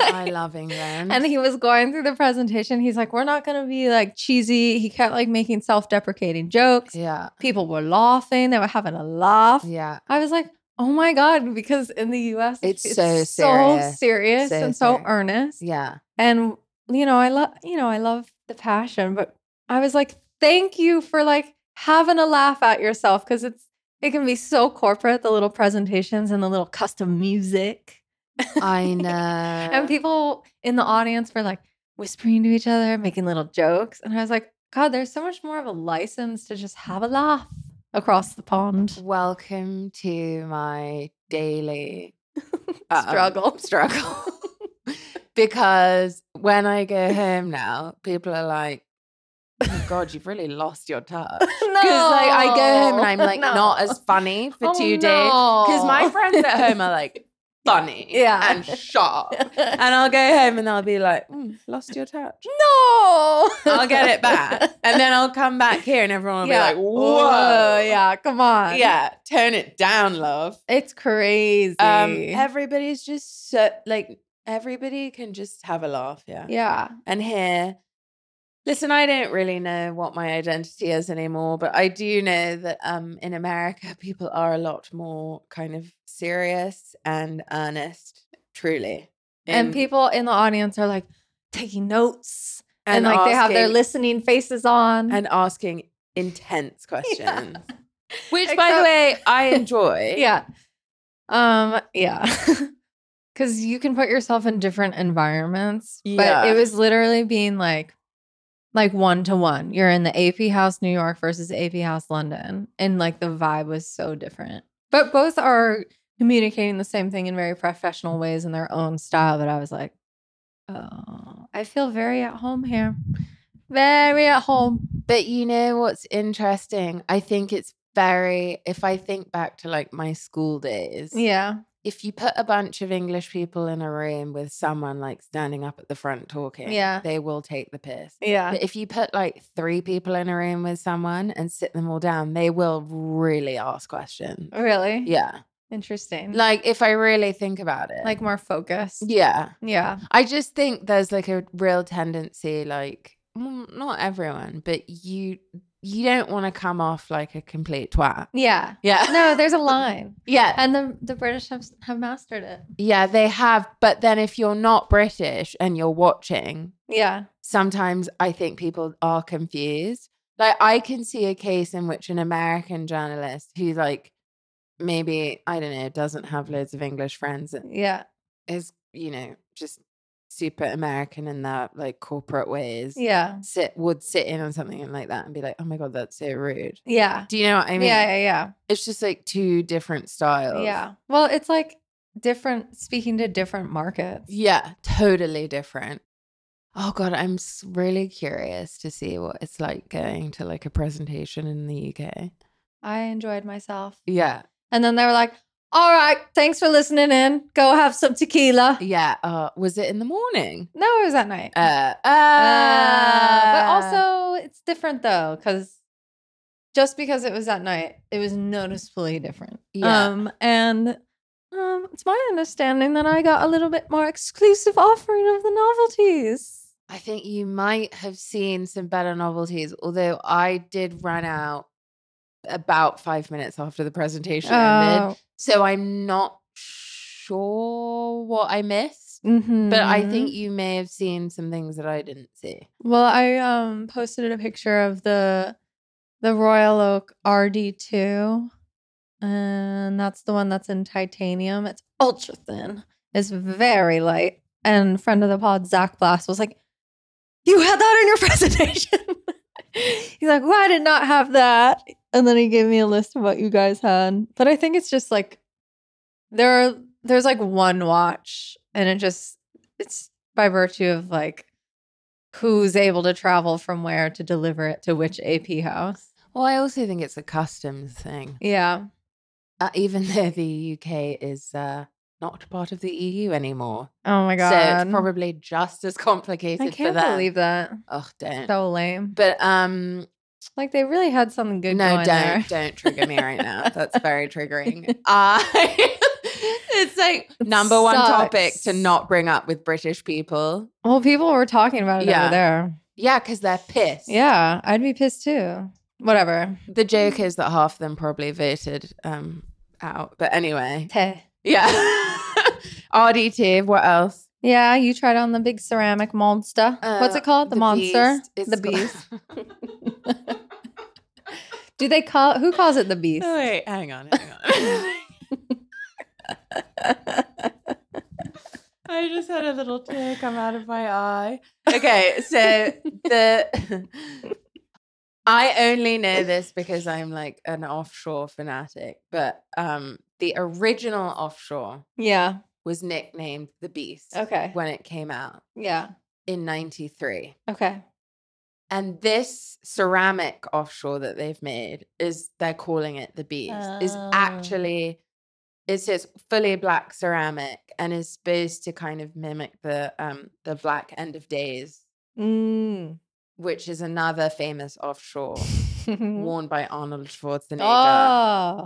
[SPEAKER 2] I
[SPEAKER 1] Like,
[SPEAKER 2] love England.
[SPEAKER 1] and he was going through the presentation. He's like, We're not going to be like cheesy. He kept like making self deprecating jokes.
[SPEAKER 2] yeah.
[SPEAKER 1] People were laughing, they were having a laugh.
[SPEAKER 2] Yeah.
[SPEAKER 1] I was like, Oh my God, because in the US,
[SPEAKER 2] It's so serious.
[SPEAKER 1] serious
[SPEAKER 2] So
[SPEAKER 1] and so
[SPEAKER 2] serious.
[SPEAKER 1] earnest
[SPEAKER 2] Yeah.
[SPEAKER 1] and you know i love you know i love the passion but i was like thank you for like having a laugh at yourself because it's it can be so corporate the little presentations and the little custom music
[SPEAKER 2] I know.
[SPEAKER 1] and people in the audience were like whispering to each other making little jokes and i was like god there's so much more of a license to just have a laugh across the pond
[SPEAKER 2] Welcome to my daily um,
[SPEAKER 1] struggle
[SPEAKER 2] struggle. because when I go home now, people are like, oh God, you've really lost your touch. Because
[SPEAKER 1] no
[SPEAKER 2] like I go home and I'm like
[SPEAKER 1] No.
[SPEAKER 2] not as funny for
[SPEAKER 1] Oh,
[SPEAKER 2] two days. Because my
[SPEAKER 1] no.
[SPEAKER 2] friends at home are like funny
[SPEAKER 1] Yeah.
[SPEAKER 2] and sharp. And I'll go home and I'll be like, "Mm, lost your touch.
[SPEAKER 1] No.
[SPEAKER 2] I'll get it back. And then I'll come back here and everyone will be like, whoa.
[SPEAKER 1] yeah, come on.
[SPEAKER 2] Yeah, turn it down, love.
[SPEAKER 1] It's crazy.
[SPEAKER 2] Um, everybody's just so like everybody can just have a laugh, yeah.
[SPEAKER 1] yeah.
[SPEAKER 2] And here, listen, I don't really know what my identity is anymore, but I do know that um in America people are a lot more kind of serious and earnest, truly.
[SPEAKER 1] And
[SPEAKER 2] in-
[SPEAKER 1] people in the audience are like taking notes and, like they have their
[SPEAKER 2] asking-
[SPEAKER 1] listening faces on.
[SPEAKER 2] and asking intense questions. Which by the
[SPEAKER 1] Except-
[SPEAKER 2] way, I enjoy.
[SPEAKER 1] yeah. Um, yeah. Cause you can put yourself in different environments.
[SPEAKER 2] Yeah.
[SPEAKER 1] But it was literally being like like one to one. You're in the AP House New York versus AP House London. And like the vibe was so different. But both are communicating the same thing in very professional ways in their own style. But I was like, oh, I feel very at home here. Very at home.
[SPEAKER 2] But you know what's interesting? I think it's very, if I think back to like my school days,
[SPEAKER 1] Yeah.
[SPEAKER 2] if you put a bunch of English people in a room with someone like standing up at the front talking,
[SPEAKER 1] Yeah.
[SPEAKER 2] they will take the piss.
[SPEAKER 1] Yeah.
[SPEAKER 2] But if you put like three people in a room with someone and sit them all down, they will really ask questions.
[SPEAKER 1] Really?
[SPEAKER 2] Yeah.
[SPEAKER 1] Interesting. Like,
[SPEAKER 2] Like if I really think about it.
[SPEAKER 1] more focused.
[SPEAKER 2] yeah.
[SPEAKER 1] Yeah.
[SPEAKER 2] I just think there's like a real tendency, like, mm, not everyone, but you. You don't want to come off like a complete twat.
[SPEAKER 1] Yeah.
[SPEAKER 2] Yeah.
[SPEAKER 1] No, there's a line.
[SPEAKER 2] yeah.
[SPEAKER 1] And the, the British have, have mastered it.
[SPEAKER 2] Yeah, they have. But then if you're not British and you're watching,
[SPEAKER 1] Yeah.
[SPEAKER 2] sometimes I think people are confused. Like I can see a case in which an American journalist who like maybe, I don't know, doesn't have loads of English friends and
[SPEAKER 1] Yeah.
[SPEAKER 2] is, you know, just super American in their like corporate ways.
[SPEAKER 1] Yeah.
[SPEAKER 2] Sit would sit in on something like that and be like, oh my god, that's so rude.
[SPEAKER 1] Yeah.
[SPEAKER 2] Do you know what I mean?
[SPEAKER 1] yeah. Yeah.
[SPEAKER 2] It's just like two different
[SPEAKER 1] Yeah.
[SPEAKER 2] styles.
[SPEAKER 1] Yeah. Well, it's like different, speaking to different markets.
[SPEAKER 2] Yeah, totally different. Oh god, I'm s- really curious to see what it's like going to like a presentation in the UK.
[SPEAKER 1] I enjoyed myself.
[SPEAKER 2] Yeah,
[SPEAKER 1] And then they were like, all right, thanks for listening in. Go have some tequila.
[SPEAKER 2] yeah. Uh, was it in the morning?
[SPEAKER 1] No, it was at night.
[SPEAKER 2] Uh,
[SPEAKER 1] Uh, but
[SPEAKER 2] ah.
[SPEAKER 1] also, it's different though, because just because it was at night, it was noticeably different.
[SPEAKER 2] Yeah.
[SPEAKER 1] Um, and um, it's my understanding that I got a little bit more exclusive offering of the novelties.
[SPEAKER 2] I think you might have seen some better novelties. Although I did run out about five minutes after the presentation ended,
[SPEAKER 1] Oh,
[SPEAKER 2] so I'm not sure what I missed. But I
[SPEAKER 1] mhm.
[SPEAKER 2] think you may have seen some things that I didn't see.
[SPEAKER 1] Well, I um posted a picture of the the Royal Oak RD2. And that's the one that's in titanium. It's ultra thin. It's very light. And friend of the pod, Zach Blast, was like, You had that in your presentation. He's like, Well, I did not have that. And then he gave me a list of what you guys had. But I think it's just like there are there's like one watch and it just it's by virtue of like who's able to travel from where to deliver it to which AP house.
[SPEAKER 2] Well, I also think it's a customs thing.
[SPEAKER 1] Yeah.
[SPEAKER 2] Uh, even though the UK is uh, not part of the EU anymore,
[SPEAKER 1] Oh my god.
[SPEAKER 2] so it's probably just as complicated
[SPEAKER 1] I
[SPEAKER 2] for
[SPEAKER 1] can't
[SPEAKER 2] them.
[SPEAKER 1] believe that.
[SPEAKER 2] oh, don't.
[SPEAKER 1] So lame.
[SPEAKER 2] but um,
[SPEAKER 1] Like they really had something good
[SPEAKER 2] no,
[SPEAKER 1] going
[SPEAKER 2] don't
[SPEAKER 1] there.
[SPEAKER 2] don't trigger me right now. That's very triggering. Uh, it's like
[SPEAKER 1] It
[SPEAKER 2] number one topic to
[SPEAKER 1] sucks.
[SPEAKER 2] not bring up with British people.
[SPEAKER 1] Well, people were talking about it
[SPEAKER 2] Yeah.
[SPEAKER 1] over there.
[SPEAKER 2] Yeah, because they're pissed.
[SPEAKER 1] Yeah, I'd be pissed too. Whatever.
[SPEAKER 2] the joke is that half of them probably voted um out. But anyway,
[SPEAKER 1] Teh.
[SPEAKER 2] yeah. RDT. What else?
[SPEAKER 1] Yeah, you tried on the big ceramic monster. What's
[SPEAKER 2] Uh,
[SPEAKER 1] it called? The, monster?
[SPEAKER 2] beast. It's
[SPEAKER 1] the
[SPEAKER 2] called-
[SPEAKER 1] beast. Do they call who calls it the beast?
[SPEAKER 2] Oh, wait, hang on, hang on. I just had a little tear come out of my eye. Okay, so the I only know this because I'm like an offshore fanatic, but um the original offshore
[SPEAKER 1] yeah.
[SPEAKER 2] was nicknamed the Beast
[SPEAKER 1] Okay.
[SPEAKER 2] when it came out
[SPEAKER 1] Yeah.
[SPEAKER 2] in 93.
[SPEAKER 1] Okay.
[SPEAKER 2] And this ceramic offshore that they've made is they're calling it the beast. Is
[SPEAKER 1] Oh.
[SPEAKER 2] actually it's just fully black ceramic and is supposed to kind of mimic the um the black end of days,
[SPEAKER 1] Mm.
[SPEAKER 2] which is another famous offshore worn by Arnold Schwarzenegger.
[SPEAKER 1] Mm-hmm.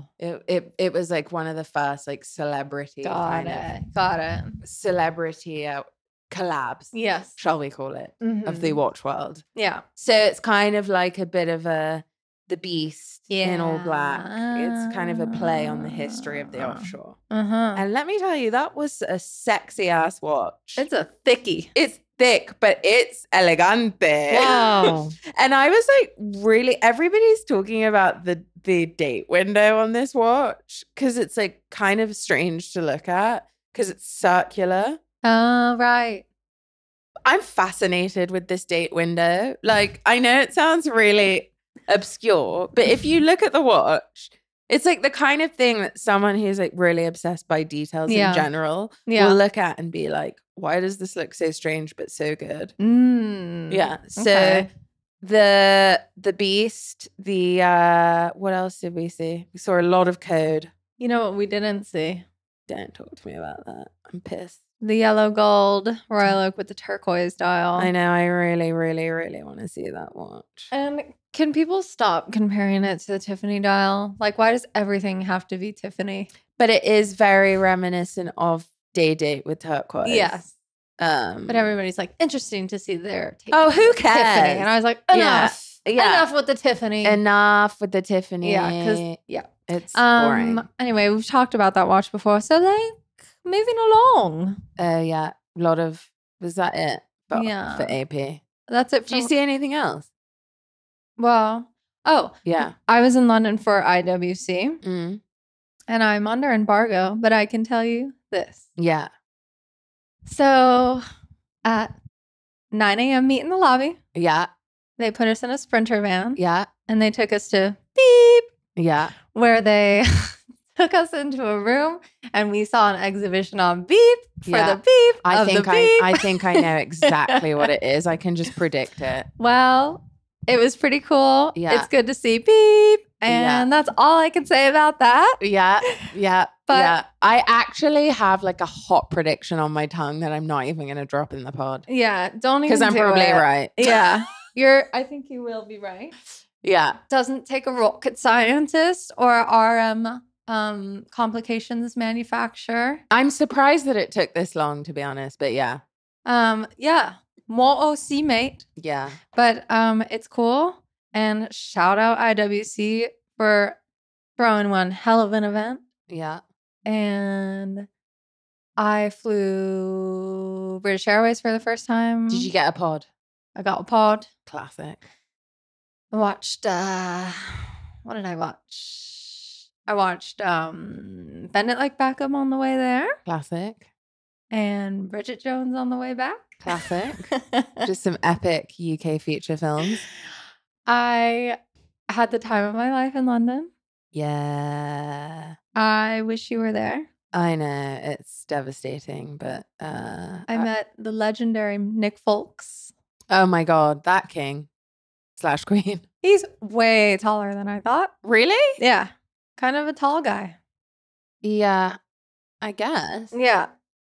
[SPEAKER 1] oh,
[SPEAKER 2] It, it it was like one of the first like celebrity
[SPEAKER 1] got
[SPEAKER 2] kind
[SPEAKER 1] it. Got it.
[SPEAKER 2] of celebrity uh, collabs,
[SPEAKER 1] Yes.
[SPEAKER 2] shall we call it, of the
[SPEAKER 1] Mhm.
[SPEAKER 2] watch world.
[SPEAKER 1] yeah.
[SPEAKER 2] So it's kind of like a bit of a the beast in all black. It's kind of a play on the history of the
[SPEAKER 1] Ah.
[SPEAKER 2] offshore.
[SPEAKER 1] Uh huh.
[SPEAKER 2] And let me tell you, that was a sexy ass watch.
[SPEAKER 1] It's a thickie.
[SPEAKER 2] It's thick, but it's elegante.
[SPEAKER 1] Wow.
[SPEAKER 2] and I was like, really, everybody's talking about the the date window on this watch because it's like kind of strange to look at because it's circular.
[SPEAKER 1] oh right.
[SPEAKER 2] I'm fascinated with this date window. Like, I know it sounds really obscure, but if you look at the watch, It's like the kind of thing that someone who's like really obsessed by details
[SPEAKER 1] Yeah.
[SPEAKER 2] in general
[SPEAKER 1] Yeah.
[SPEAKER 2] will look at and be like, why does this look so strange but so good?
[SPEAKER 1] Mm.
[SPEAKER 2] Yeah. So
[SPEAKER 1] okay.
[SPEAKER 2] the the beast, the uh what else did we see? We saw a lot of code.
[SPEAKER 1] You know what we didn't see?
[SPEAKER 2] Don't talk to me about that. I'm pissed.
[SPEAKER 1] The yellow gold royal oak with the turquoise dial.
[SPEAKER 2] Mm. I know, I really, really, really want to see that watch.
[SPEAKER 1] And can people stop comparing it to the Tiffany dial? Like, why does everything have to be Tiffany?
[SPEAKER 2] But it is very reminiscent of Day Date with Turquoise.
[SPEAKER 1] Yes.
[SPEAKER 2] Um
[SPEAKER 1] But everybody's like, interesting to see their Tiffany.
[SPEAKER 2] Oh, who
[SPEAKER 1] Tiffany.
[SPEAKER 2] cares?
[SPEAKER 1] And I was like, enough.
[SPEAKER 2] yeah.
[SPEAKER 1] Enough with the Tiffany.
[SPEAKER 2] Enough with the Tiffany.
[SPEAKER 1] Yeah, 'cause- yeah.
[SPEAKER 2] It's boring.
[SPEAKER 1] um, anyway, we've talked about that watch before. So, like, moving along.
[SPEAKER 2] Oh yeah, a lot of was that it? But
[SPEAKER 1] Yeah.
[SPEAKER 2] for Oh. AP. Do
[SPEAKER 1] That's it for
[SPEAKER 2] you see anything else?
[SPEAKER 1] Well, oh,
[SPEAKER 2] Yeah.
[SPEAKER 1] I was in London for IWC
[SPEAKER 2] Mm.
[SPEAKER 1] and I'm under embargo, but I can tell you this.
[SPEAKER 2] Yeah.
[SPEAKER 1] So, at 9 a.m., meet in the lobby.
[SPEAKER 2] Yeah.
[SPEAKER 1] They put us in a sprinter van
[SPEAKER 2] Yeah.
[SPEAKER 1] and they took us to beep,
[SPEAKER 2] Yeah.
[SPEAKER 1] where they took us into a room and we saw an exhibition on beep for
[SPEAKER 2] Yeah.
[SPEAKER 1] the beep.
[SPEAKER 2] I
[SPEAKER 1] of
[SPEAKER 2] think
[SPEAKER 1] the
[SPEAKER 2] I,
[SPEAKER 1] beep.
[SPEAKER 2] I think I know exactly what it is. I can just predict it.
[SPEAKER 1] well, it was pretty cool.
[SPEAKER 2] Yeah.
[SPEAKER 1] It's good to see beep.
[SPEAKER 2] Yeah.
[SPEAKER 1] And that's all I can say about that.
[SPEAKER 2] Yeah, yeah,
[SPEAKER 1] But-
[SPEAKER 2] yeah. I actually have like a hot prediction on my tongue that I'm not even going to drop in the pod
[SPEAKER 1] Yeah. Don't even
[SPEAKER 2] because I'm
[SPEAKER 1] do
[SPEAKER 2] probably
[SPEAKER 1] it.
[SPEAKER 2] right.
[SPEAKER 1] Yeah. You're I think you will be right.
[SPEAKER 2] Yeah,
[SPEAKER 1] Doesn't take a rocket scientist or RM um complications manufacturer.
[SPEAKER 2] I'm surprised that it took this long to be honest, but yeah,
[SPEAKER 1] Um yeah, more OC mate,
[SPEAKER 2] yeah,
[SPEAKER 1] but um it's cool and shout out IWC for throwing one hell of an event
[SPEAKER 2] yeah.
[SPEAKER 1] and I flew British Airways for the first time.
[SPEAKER 2] Did you get a pod?
[SPEAKER 1] I got a pod.
[SPEAKER 2] Classic.
[SPEAKER 1] I watched uh what did I watch? I watched um Bend It Like Beckham on the way there
[SPEAKER 2] Classic.
[SPEAKER 1] and Bridget Jones on the way back.
[SPEAKER 2] Classic. Just some epic UK feature films.
[SPEAKER 1] I had the time of my life in London.
[SPEAKER 2] Yeah.
[SPEAKER 1] I wish you were there.
[SPEAKER 2] I know it's devastating, but uh
[SPEAKER 1] I met the legendary Nick Folks.
[SPEAKER 2] oh my god, that king slash queen.
[SPEAKER 1] He's way taller than I thought.
[SPEAKER 2] Really?
[SPEAKER 1] Yeah. Kind of a tall guy.
[SPEAKER 2] Yeah, I guess.
[SPEAKER 1] Yeah.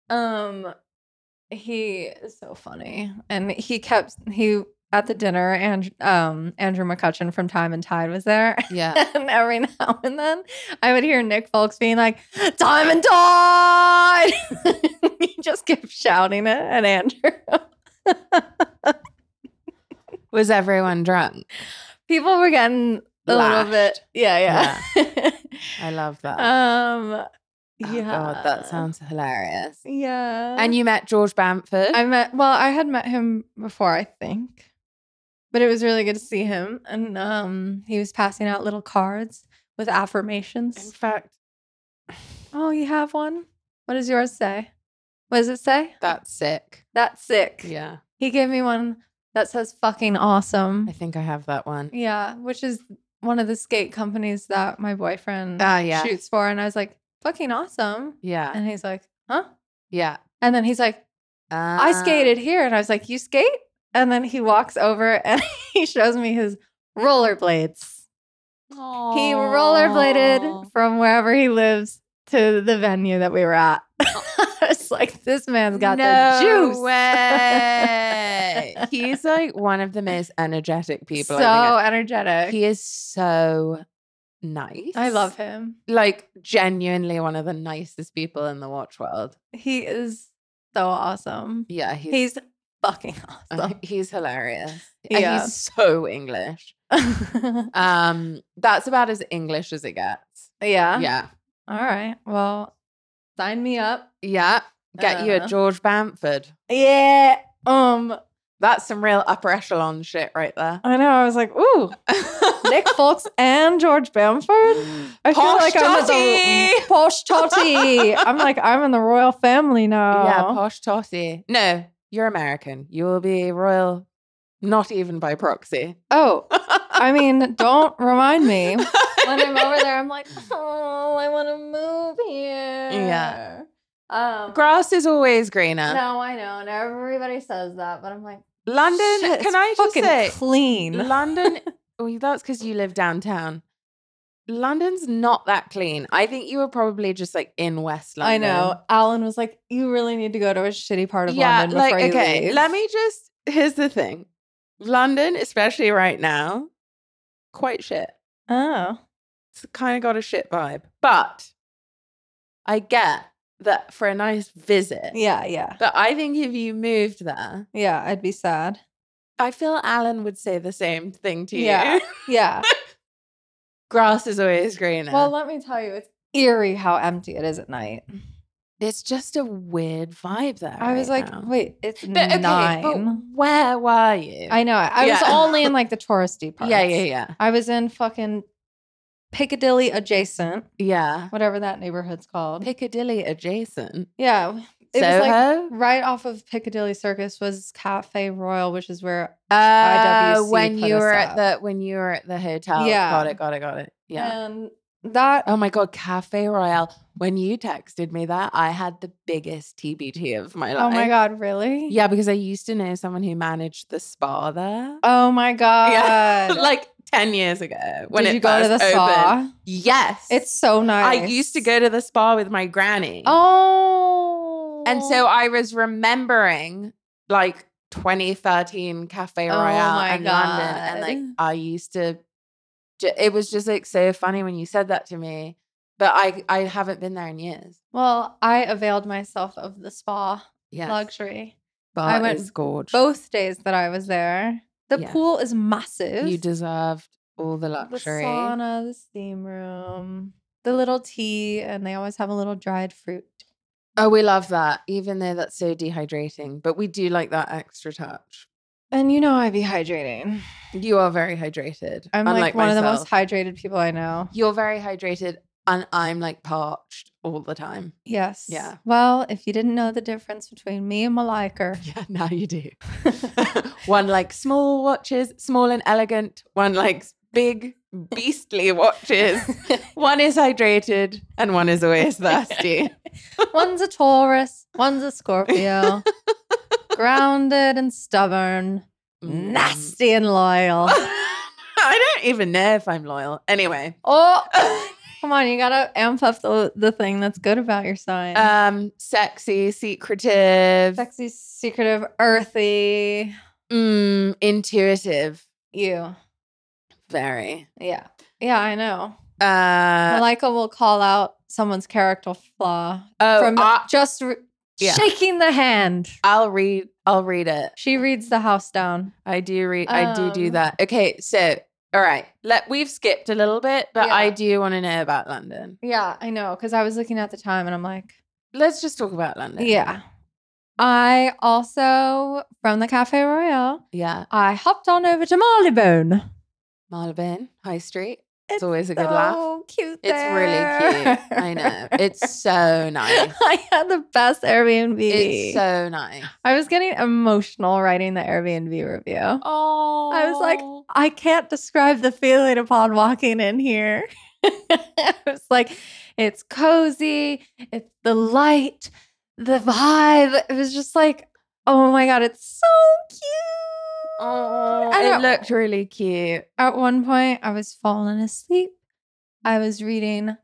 [SPEAKER 1] Um he is so funny. And he kept he at the dinner and um Andrew McCutcheon from Time and Tide was there.
[SPEAKER 2] Yeah.
[SPEAKER 1] And every now and then I would hear Nick Folks being like, Time and Tide He just kept shouting it at Andrew.
[SPEAKER 2] Was everyone drunk?
[SPEAKER 1] People were getting a little bit
[SPEAKER 2] Lashed.
[SPEAKER 1] Yeah, yeah.
[SPEAKER 2] I love that.
[SPEAKER 1] um
[SPEAKER 2] Oh,
[SPEAKER 1] yeah.
[SPEAKER 2] God, that sounds hilarious.
[SPEAKER 1] yeah.
[SPEAKER 2] And you met George Bamford.
[SPEAKER 1] I met well, I had met him before, I think. But it was really good to see him. And um he was passing out little cards with
[SPEAKER 2] In
[SPEAKER 1] affirmations.
[SPEAKER 2] fact,
[SPEAKER 1] Oh, you have one? What does yours say? What does it say?
[SPEAKER 2] that's sick.
[SPEAKER 1] That's sick.
[SPEAKER 2] Yeah.
[SPEAKER 1] He gave me one that says fucking awesome.
[SPEAKER 2] I think I have that one.
[SPEAKER 1] Yeah, which is one of the skate companies that my boyfriend
[SPEAKER 2] Ah, yeah.
[SPEAKER 1] shoots for. And I was like, fucking awesome.
[SPEAKER 2] Yeah.
[SPEAKER 1] And he's like, huh?
[SPEAKER 2] Yeah.
[SPEAKER 1] And then he's like, I
[SPEAKER 2] Ah.
[SPEAKER 1] skated here. And I was like, You skate? And then he walks over and he shows me his rollerblades. He rollerbladed from wherever he lives to the venue that we were at. it's like, This man's got the juice.
[SPEAKER 2] way. He's like one of the most energetic people.
[SPEAKER 1] so
[SPEAKER 2] I think.
[SPEAKER 1] energetic.
[SPEAKER 2] He is so nice.
[SPEAKER 1] I love him.
[SPEAKER 2] Like genuinely one of the nicest people in the watch world.
[SPEAKER 1] He is so awesome.
[SPEAKER 2] Yeah, he's
[SPEAKER 1] He's fucking
[SPEAKER 2] uh,
[SPEAKER 1] awesome.
[SPEAKER 2] he's hilarious.
[SPEAKER 1] Yeah.
[SPEAKER 2] And he's so English. Um, that's about as English as it gets.
[SPEAKER 1] yeah.
[SPEAKER 2] Yeah.
[SPEAKER 1] All right. Well, sign me up.
[SPEAKER 2] Yeah. Get you
[SPEAKER 1] Uh.
[SPEAKER 2] a George Bamford.
[SPEAKER 1] Yeah. Um,
[SPEAKER 2] That's some real upper echelon shit right there.
[SPEAKER 1] I know. I was like, ooh, Nick Folks and George Bamford. I feel
[SPEAKER 2] Posh
[SPEAKER 1] like I'm in the
[SPEAKER 2] Totty!
[SPEAKER 1] posh totty. I'm like, I'm in the royal family now.
[SPEAKER 2] Yeah, posh totty. No, you're American. You will be royal, not even by proxy.
[SPEAKER 1] oh, I mean, don't remind me. When I'm over there, I'm like, oh, I want to move here.
[SPEAKER 2] Yeah.
[SPEAKER 1] Um,
[SPEAKER 2] Grass is always greener.
[SPEAKER 1] no, I know, and everybody says that, but I'm like,
[SPEAKER 2] London,
[SPEAKER 1] shit,
[SPEAKER 2] can
[SPEAKER 1] it's
[SPEAKER 2] I just
[SPEAKER 1] fucking
[SPEAKER 2] say, Mm-hmm.
[SPEAKER 1] clean?
[SPEAKER 2] London, well, that's because you live downtown. London's not that clean. I think you were probably just like in West London.
[SPEAKER 1] I know. Alan was like, you really need to go to a shitty part of
[SPEAKER 2] yeah,
[SPEAKER 1] London
[SPEAKER 2] like
[SPEAKER 1] before you
[SPEAKER 2] okay.
[SPEAKER 1] leave.
[SPEAKER 2] Let me just. Here's the thing, London, especially right now, quite shit.
[SPEAKER 1] Oh,
[SPEAKER 2] It's kind of got a shit vibe, but I get that for a nice visit.
[SPEAKER 1] yeah, yeah,
[SPEAKER 2] But I think if you moved there,
[SPEAKER 1] yeah. I'd be sad.
[SPEAKER 2] I feel Alan would say the same thing to you.
[SPEAKER 1] Yeah. Yeah.
[SPEAKER 2] Grass is always greener.
[SPEAKER 1] Well, let me tell you, it's eerie how empty it is at night.
[SPEAKER 2] it's just a weird vibe there.
[SPEAKER 1] I was
[SPEAKER 2] right
[SPEAKER 1] like,
[SPEAKER 2] now.
[SPEAKER 1] wait, it's
[SPEAKER 2] But okay,
[SPEAKER 1] nine.
[SPEAKER 2] but where were you?
[SPEAKER 1] I know. I was
[SPEAKER 2] Yeah.
[SPEAKER 1] only in like the touristy parts.
[SPEAKER 2] yeah, yeah, yeah,
[SPEAKER 1] I was in fucking Piccadilly adjacent,
[SPEAKER 2] yeah.
[SPEAKER 1] whatever that neighborhood's called.
[SPEAKER 2] Piccadilly adjacent.
[SPEAKER 1] yeah. It
[SPEAKER 2] Soho.
[SPEAKER 1] was like right off of Piccadilly Circus was Cafe Royal, which is where
[SPEAKER 2] Uh,
[SPEAKER 1] IWC
[SPEAKER 2] when
[SPEAKER 1] put
[SPEAKER 2] you
[SPEAKER 1] us
[SPEAKER 2] were
[SPEAKER 1] up.
[SPEAKER 2] at the when you were at the hotel.
[SPEAKER 1] Yeah.
[SPEAKER 2] Got it, got it, got it. Yeah.
[SPEAKER 1] and that
[SPEAKER 2] Oh my god, Cafe Royale. When you texted me that, I had the biggest TBT of my life.
[SPEAKER 1] Oh my god, really?
[SPEAKER 2] Yeah, because I used to know someone who managed the spa there.
[SPEAKER 1] Oh my god.
[SPEAKER 2] like 10 years ago when
[SPEAKER 1] Did
[SPEAKER 2] it
[SPEAKER 1] you go to the
[SPEAKER 2] first opened.
[SPEAKER 1] spa?
[SPEAKER 2] Yes.
[SPEAKER 1] It's so nice.
[SPEAKER 2] I used to go to the spa with my granny.
[SPEAKER 1] Oh.
[SPEAKER 2] And so I was remembering like 2013 Cafe
[SPEAKER 1] Oh
[SPEAKER 2] Royale
[SPEAKER 1] my
[SPEAKER 2] in London. And like
[SPEAKER 1] God.
[SPEAKER 2] I used to, ju- it was just like so funny when you said that to me. But I, I haven't been there in years.
[SPEAKER 1] well, I availed myself of the spa
[SPEAKER 2] Yeah.
[SPEAKER 1] luxury
[SPEAKER 2] but
[SPEAKER 1] I went
[SPEAKER 2] gorgeous.
[SPEAKER 1] both days that I was there. The
[SPEAKER 2] Yeah.
[SPEAKER 1] pool is massive.
[SPEAKER 2] You deserved all the
[SPEAKER 1] the
[SPEAKER 2] luxury.
[SPEAKER 1] sauna, the steam room, the little tea, and they always have a little dried fruit.
[SPEAKER 2] Oh, we love that, even though that's so dehydrating. But we do like that extra touch.
[SPEAKER 1] And you know I be hydrating.
[SPEAKER 2] You are very hydrated.
[SPEAKER 1] I'm like
[SPEAKER 2] unlike
[SPEAKER 1] one of the
[SPEAKER 2] myself.
[SPEAKER 1] most hydrated people I know.
[SPEAKER 2] You're very hydrated, and I'm like parched all the time.
[SPEAKER 1] Yes.
[SPEAKER 2] Yeah.
[SPEAKER 1] Well, if you didn't know the difference between me and Malika,
[SPEAKER 2] Yeah, now you do. one like small watches, small and elegant. One likes big, beastly watches. one is hydrated, and one is always thirsty.
[SPEAKER 1] one's a Taurus, one's a Scorpio, grounded and stubborn,
[SPEAKER 2] Mm.
[SPEAKER 1] nasty and loyal.
[SPEAKER 2] I don't even know if I'm loyal. Anyway.
[SPEAKER 1] Oh, come on, you gotta amp up the, the thing that's good about your sign.
[SPEAKER 2] Um, sexy, secretive,
[SPEAKER 1] Sexy, secretive, earthy.
[SPEAKER 2] mm, intuitive,
[SPEAKER 1] You.
[SPEAKER 2] very.
[SPEAKER 1] Yeah. Yeah, I know.
[SPEAKER 2] Uh,
[SPEAKER 1] Malika will call out someone's character flaw
[SPEAKER 2] oh,
[SPEAKER 1] from
[SPEAKER 2] I,
[SPEAKER 1] just re-
[SPEAKER 2] yeah.
[SPEAKER 1] shaking the hand.
[SPEAKER 2] I'll read. I'll read it.
[SPEAKER 1] She reads the house down.
[SPEAKER 2] I do read. I do do
[SPEAKER 1] Um,
[SPEAKER 2] that. Okay, so all right. Let we've skipped a little bit, but I
[SPEAKER 1] Yeah.
[SPEAKER 2] do want to know about London.
[SPEAKER 1] Yeah, I know. Because I was looking at the time and I'm like,
[SPEAKER 2] Let's just talk about London.
[SPEAKER 1] yeah. I also, from the Cafe Royale,
[SPEAKER 2] yeah.
[SPEAKER 1] I hopped on over to Marylebone.
[SPEAKER 2] Marylebone High Street. It's,
[SPEAKER 1] It's
[SPEAKER 2] always a good
[SPEAKER 1] so
[SPEAKER 2] laugh.
[SPEAKER 1] cute.
[SPEAKER 2] It's really
[SPEAKER 1] there.
[SPEAKER 2] cute. I know. It's so nice.
[SPEAKER 1] I had the best Airbnb.
[SPEAKER 2] It's so nice.
[SPEAKER 1] I was getting emotional writing the Airbnb review.
[SPEAKER 2] Oh,
[SPEAKER 1] was like, I can't describe the feeling upon walking in here. I was like, it's cozy, it's the light, the vibe. It was just like, oh my God, it's so cute.
[SPEAKER 2] Oh,
[SPEAKER 1] I
[SPEAKER 2] it
[SPEAKER 1] don't-
[SPEAKER 2] looked really cute.
[SPEAKER 1] At one point, I was falling asleep. I was reading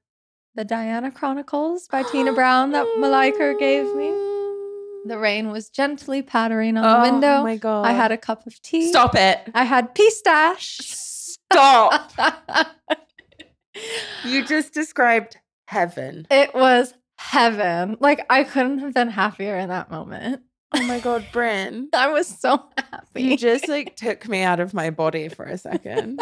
[SPEAKER 1] the Diana Chronicles by Tina Brown that Malika gave me. The rain was gently pattering on
[SPEAKER 2] Mm. oh,
[SPEAKER 1] the window.
[SPEAKER 2] my god!
[SPEAKER 1] I had a cup of tea.
[SPEAKER 2] stop it.
[SPEAKER 1] I had pistache.
[SPEAKER 2] Stop! you just described heaven.
[SPEAKER 1] It was heaven. Like I couldn't have been happier in that moment.
[SPEAKER 2] Oh my god, Bryn.
[SPEAKER 1] I was so happy.
[SPEAKER 2] You just like took me out of my body for a second.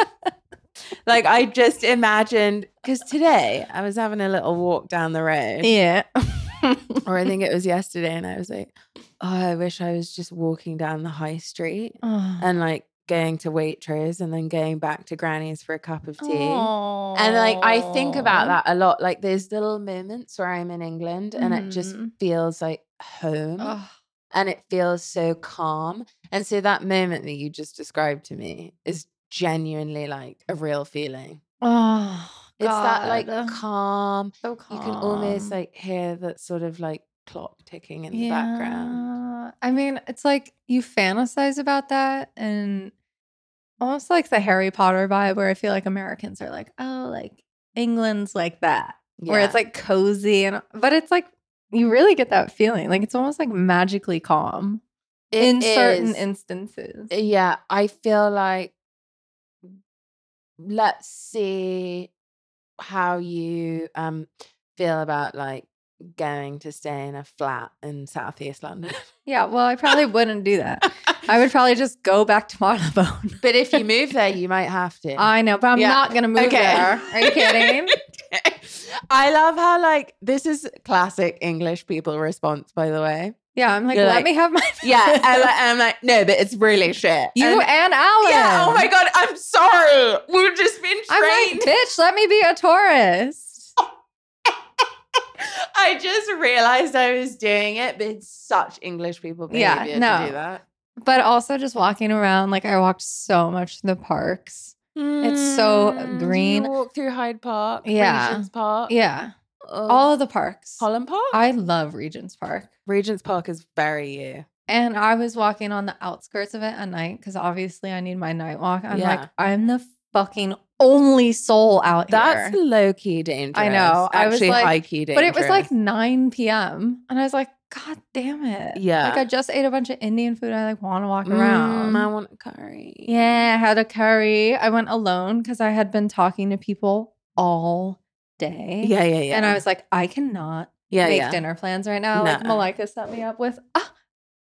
[SPEAKER 2] like I just imagined because today I was having a little walk down the road.
[SPEAKER 1] yeah.
[SPEAKER 2] Or I think it was yesterday, and I was like, oh, I wish I was just walking down the high street
[SPEAKER 1] and
[SPEAKER 2] and like going to Waitrose and then going back to Granny's for a cup of tea. And like I think about that a lot. Like there's little moments where I'm in England and it just
[SPEAKER 1] Mhm.
[SPEAKER 2] feels like home and it feels so calm. And so that moment that you just described to me is genuinely like a real feeling.
[SPEAKER 1] Oh,
[SPEAKER 2] It's that like
[SPEAKER 1] God.
[SPEAKER 2] calm.
[SPEAKER 1] so
[SPEAKER 2] You can almost
[SPEAKER 1] calm.
[SPEAKER 2] like hear that sort of like clock ticking in the background.
[SPEAKER 1] Yeah. I mean, it's like you fantasize about that and almost like the Harry Potter vibe where I feel like Americans are like, oh, like England's like that. Where it's
[SPEAKER 2] Yeah.
[SPEAKER 1] like cozy and but it's like you really get that feeling. Like it's almost like magically calm
[SPEAKER 2] It
[SPEAKER 1] in certain
[SPEAKER 2] is- Uh,
[SPEAKER 1] instances.
[SPEAKER 2] yeah, I feel like let's see how you um feel about like going to stay in a flat in southeast London.
[SPEAKER 1] yeah, well, I probably wouldn't do that. I would probably just go back to Marylebone.
[SPEAKER 2] but if you move there, you might have to.
[SPEAKER 1] I know, but I'm
[SPEAKER 2] Yeah.
[SPEAKER 1] not gonna move
[SPEAKER 2] Okay.
[SPEAKER 1] there. Are you kidding?
[SPEAKER 2] I love how like this is classic English people response, by the way.
[SPEAKER 1] Yeah, I'm like,
[SPEAKER 2] You're
[SPEAKER 1] let
[SPEAKER 2] like,
[SPEAKER 1] me have my
[SPEAKER 2] Yeah, and, like, and I'm like, no, but it's really shit.
[SPEAKER 1] you
[SPEAKER 2] And-
[SPEAKER 1] and, Alan.
[SPEAKER 2] yeah. Oh my god, I'm sorry. We've just been trained.
[SPEAKER 1] I'm like, bitch, let me be a tourist.
[SPEAKER 2] I just realized I was doing it, but it's such English people
[SPEAKER 1] Yeah,
[SPEAKER 2] behavior to
[SPEAKER 1] no.
[SPEAKER 2] do that.
[SPEAKER 1] But also just walking around, like I walked so much in the parks. It's so
[SPEAKER 2] Mm,
[SPEAKER 1] green.
[SPEAKER 2] You walk through Hyde Park,
[SPEAKER 1] Yeah.
[SPEAKER 2] Regent's Park,
[SPEAKER 1] Yeah.
[SPEAKER 2] oh,
[SPEAKER 1] All of the parks.
[SPEAKER 2] Holland Park.
[SPEAKER 1] I love Regent's Park.
[SPEAKER 2] Regent's Park is very you.
[SPEAKER 1] And I was walking on the outskirts of it at night because obviously I need my night walk. I'm
[SPEAKER 2] Yeah.
[SPEAKER 1] like, I'm the fucking only soul out
[SPEAKER 2] That's
[SPEAKER 1] here.
[SPEAKER 2] low key dangerous.
[SPEAKER 1] I know. I was
[SPEAKER 2] Actually,
[SPEAKER 1] like-
[SPEAKER 2] high key
[SPEAKER 1] But
[SPEAKER 2] dangerous.
[SPEAKER 1] it was like 9 p.m. And I was like, God damn it.
[SPEAKER 2] yeah,
[SPEAKER 1] Like I just ate a bunch of Indian food. I like want to walk
[SPEAKER 2] Mm,
[SPEAKER 1] around.
[SPEAKER 2] I want a curry.
[SPEAKER 1] Yeah, I had a curry. I went alone because I had been talking to people all day.
[SPEAKER 2] yeah, yeah, yeah.
[SPEAKER 1] And I was like, I cannot
[SPEAKER 2] yeah,
[SPEAKER 1] make
[SPEAKER 2] yeah.
[SPEAKER 1] dinner plans right now. Like
[SPEAKER 2] Nuh-uh.
[SPEAKER 1] Malika set me up with ah,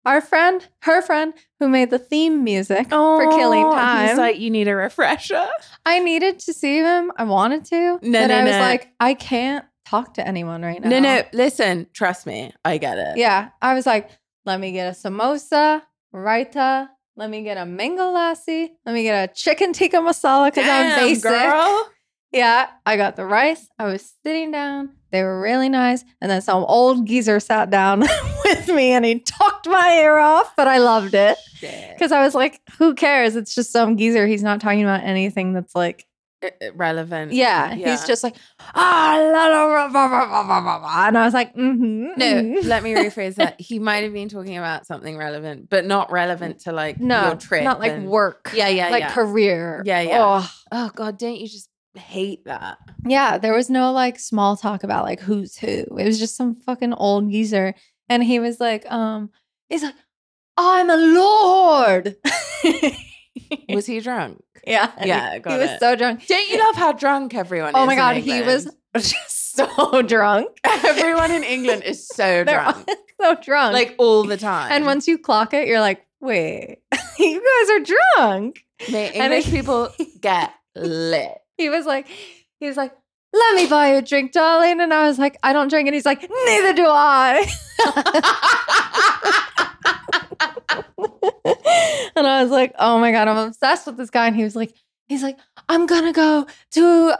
[SPEAKER 1] our friend, her friend, who made the theme music for Killing
[SPEAKER 2] Oh,
[SPEAKER 1] Time.
[SPEAKER 2] He's like, you need a refresher.
[SPEAKER 1] I needed to see him. I wanted to.
[SPEAKER 2] No,
[SPEAKER 1] but
[SPEAKER 2] no,
[SPEAKER 1] I was
[SPEAKER 2] no.
[SPEAKER 1] like, I can't talk to anyone right now.
[SPEAKER 2] No, no. Listen, trust me. I get it.
[SPEAKER 1] Yeah. I was like, let me get a samosa, raita. Let me get a mango lassi. Let me get a chicken tikka masala because I'm
[SPEAKER 2] Damn,
[SPEAKER 1] basic.
[SPEAKER 2] girl.
[SPEAKER 1] Yeah, I got the rice. I was sitting down. They were really nice. And then some old geezer sat down with me and he talked my ear off, but I loved it
[SPEAKER 2] Shit.
[SPEAKER 1] because I was like, who cares? It's just some geezer. He's not talking about anything that's like,
[SPEAKER 2] I- uh, relevant.
[SPEAKER 1] yeah, he's just like, ah, la, la, la, la, la, la, la, la, la." and I was like, mm-hmm.
[SPEAKER 2] no. let me rephrase that. He might have been talking about something relevant, but not relevant to like
[SPEAKER 1] no,
[SPEAKER 2] your trip.
[SPEAKER 1] not like
[SPEAKER 2] and-
[SPEAKER 1] work,
[SPEAKER 2] Yeah, yeah,
[SPEAKER 1] like
[SPEAKER 2] yeah.
[SPEAKER 1] career.
[SPEAKER 2] Yeah, yeah.
[SPEAKER 1] Ugh.
[SPEAKER 2] oh god, don't you just hate that?
[SPEAKER 1] Yeah, there was no like small talk about like who's who. It was just some fucking old geezer. And he was like, um, he's like, I'm a lord.
[SPEAKER 2] Was he drunk?
[SPEAKER 1] yeah.
[SPEAKER 2] Yeah,
[SPEAKER 1] He,
[SPEAKER 2] got
[SPEAKER 1] was
[SPEAKER 2] it.
[SPEAKER 1] so drunk.
[SPEAKER 2] Don't you love how drunk everyone is?
[SPEAKER 1] Oh my
[SPEAKER 2] in
[SPEAKER 1] god, he was
[SPEAKER 2] England?
[SPEAKER 1] just so drunk.
[SPEAKER 2] Everyone in England is so
[SPEAKER 1] They're
[SPEAKER 2] drunk.
[SPEAKER 1] all so drunk.
[SPEAKER 2] Like all the time.
[SPEAKER 1] and once you clock it, you're like, wait, you guys are drunk.
[SPEAKER 2] Mate,
[SPEAKER 1] and
[SPEAKER 2] English
[SPEAKER 1] it-
[SPEAKER 2] people get lit.
[SPEAKER 1] He was like, he was like, let me buy you a drink, darling. And I was like, I don't drink. And he's like, neither do I. and I was like, oh my God, I'm obsessed with this guy. And he was like, he's like, I'm gonna go to